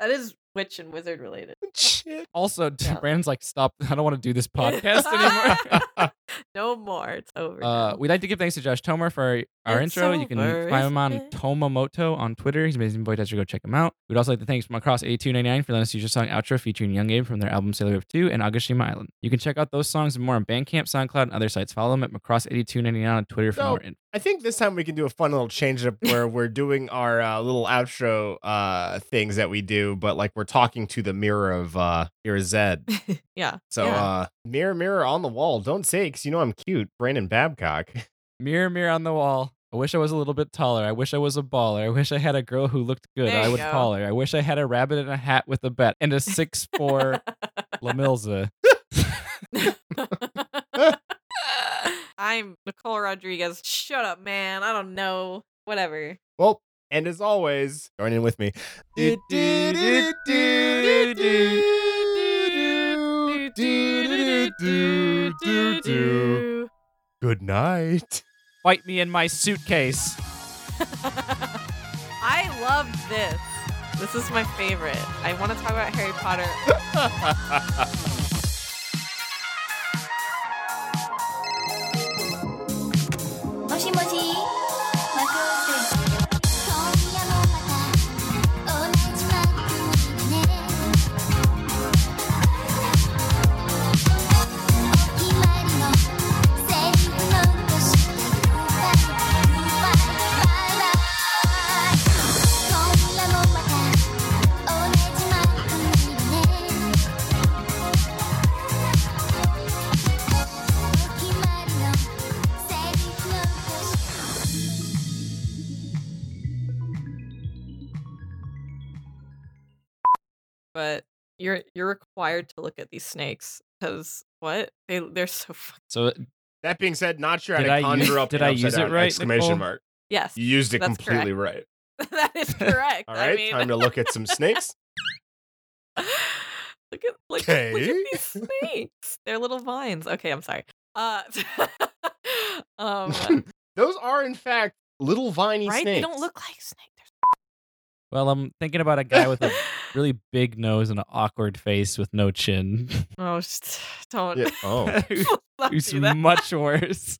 Speaker 2: that is witch and wizard related.
Speaker 1: Shit.
Speaker 3: Also,
Speaker 2: Yeah.
Speaker 3: Brandon's like, stop. I don't want to do this podcast anymore.
Speaker 2: no more. It's over.
Speaker 3: Uh, we'd like to give thanks to Josh Tomer for our, our
Speaker 2: It's
Speaker 3: intro. You can
Speaker 2: over,
Speaker 3: find him on
Speaker 2: isn't it?
Speaker 3: Tomamoto on Twitter. He's an amazing voice actor. Go check him out. We'd also like to thank Macross 8299 for letting us use your song outro featuring Young Abe from their album Sailor Wave 2 and Agashima Island. You can check out those songs and more on Bandcamp, SoundCloud, and other sites. Follow them at Macross 8299 on Twitter for
Speaker 1: No.
Speaker 3: more info.
Speaker 1: I think this time we can do a fun little change up where we're doing our uh, little outro uh, things that we do, but like we're talking to the mirror of uh, your Zed.
Speaker 2: yeah.
Speaker 1: So,
Speaker 2: Yeah.
Speaker 1: uh, mirror, mirror on the wall, don't say because you know I'm cute, Brandon Babcock.
Speaker 3: Mirror, mirror on the wall. I wish I was a little bit taller. I wish I was a baller. I wish I had a girl who looked good.
Speaker 2: There
Speaker 3: I
Speaker 2: you
Speaker 3: would
Speaker 2: go.
Speaker 3: call her. I wish I had a rabbit in a hat with a bat and a six four Lamilza.
Speaker 2: I'm Nicole Rodriguez. Shut up, man. I don't know. Whatever.
Speaker 1: Well, and as always, join in with me. Good night.
Speaker 3: Fight me in my suitcase.
Speaker 2: I love this. This is my favorite. I want to talk about Harry Potter
Speaker 6: 「もしもしマクロスです」「今夜もまた同じマックね」「決まりのセリフのとしてグーバイグーバイバイバイ」「今夜もまた同じマックね」「決まりのセリフのとして」
Speaker 2: but you're you're required to look at these snakes because what they they're so fucking
Speaker 3: So
Speaker 1: That being said, not sure how
Speaker 3: Did
Speaker 1: to
Speaker 3: I
Speaker 1: conjure
Speaker 3: use-
Speaker 1: up.
Speaker 3: did
Speaker 1: an
Speaker 3: I use
Speaker 1: upside
Speaker 3: it
Speaker 1: down
Speaker 3: right,
Speaker 1: Exclamation
Speaker 3: Nicole?
Speaker 1: mark.
Speaker 2: yes
Speaker 1: You used it
Speaker 2: That's
Speaker 1: completely right.
Speaker 2: that is correct
Speaker 1: All right,
Speaker 2: I mean
Speaker 1: time to look at some snakes.
Speaker 2: look at look, at- look
Speaker 1: Okay.
Speaker 2: at these snakes they're little vines okay I'm sorry uh um
Speaker 1: Those are, in fact, little viney
Speaker 2: right
Speaker 1: snakes.
Speaker 2: they don't look like snakes
Speaker 3: well, I'm thinking about a guy with a really big nose and an awkward face with no chin.
Speaker 2: oh sh- don't
Speaker 1: Yeah.
Speaker 3: Uh,
Speaker 1: Oh.
Speaker 2: not do
Speaker 3: Who's
Speaker 2: that.
Speaker 3: much worse.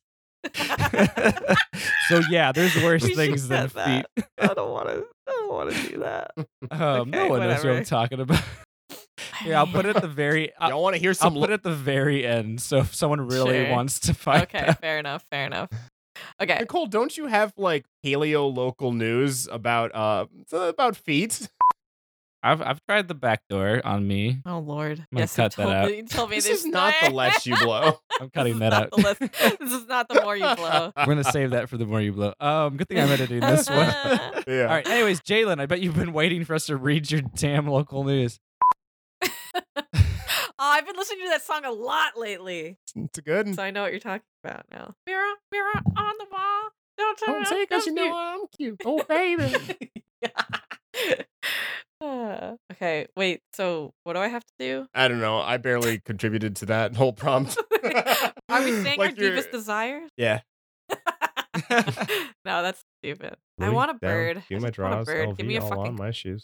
Speaker 3: so yeah, there's worse
Speaker 2: We should
Speaker 3: things than
Speaker 2: cut that.
Speaker 3: feet.
Speaker 2: I don't want to I don't want to do that
Speaker 3: Um, no
Speaker 2: Okay,
Speaker 3: one knows what I'm
Speaker 2: whatever.
Speaker 3: talking about. Here, I'll put it at the very. I'll,
Speaker 1: Y'all want to hear
Speaker 3: I'll
Speaker 1: some?
Speaker 3: put it at the very end. So if someone really
Speaker 2: Sure.
Speaker 3: wants to find
Speaker 2: okay
Speaker 3: out-
Speaker 2: fair enough fair enough okay
Speaker 1: Nicole, don't you have like paleo local news about uh about feet?
Speaker 3: I've I've tried the back door on me.
Speaker 2: Oh Lord!
Speaker 3: gonna
Speaker 2: you
Speaker 3: cut that
Speaker 2: told,
Speaker 3: out.
Speaker 2: You told me
Speaker 1: This is not the less you blow.
Speaker 3: I'm
Speaker 2: This
Speaker 3: cutting
Speaker 2: is
Speaker 3: that
Speaker 2: not
Speaker 3: out.
Speaker 2: the less- this is not the more you blow.
Speaker 3: We're gonna save that for the more you blow. Um, good thing I'm editing this one.
Speaker 1: Yeah.
Speaker 3: All right. Anyways, Jalen, I bet you've been waiting for us to read your damn local news.
Speaker 2: Oh, I've been listening to that song a lot lately,
Speaker 1: It's
Speaker 3: Hmm.
Speaker 1: good.
Speaker 2: so I know what you're talking about now. Mirror, mirror on the wall. uh, Don't turn
Speaker 1: Don't take us, you know I'm cute. Oh, baby.
Speaker 2: Uh, okay, wait. So, what do I have to do?
Speaker 1: I don't know. I barely contributed to that whole prompt.
Speaker 2: Are we
Speaker 1: Like
Speaker 2: saying our
Speaker 1: you're-
Speaker 2: deepest desires?
Speaker 1: Yeah.
Speaker 2: no, that's stupid. I want a bird. I just want a bird. Give me a fucking
Speaker 1: my shoes.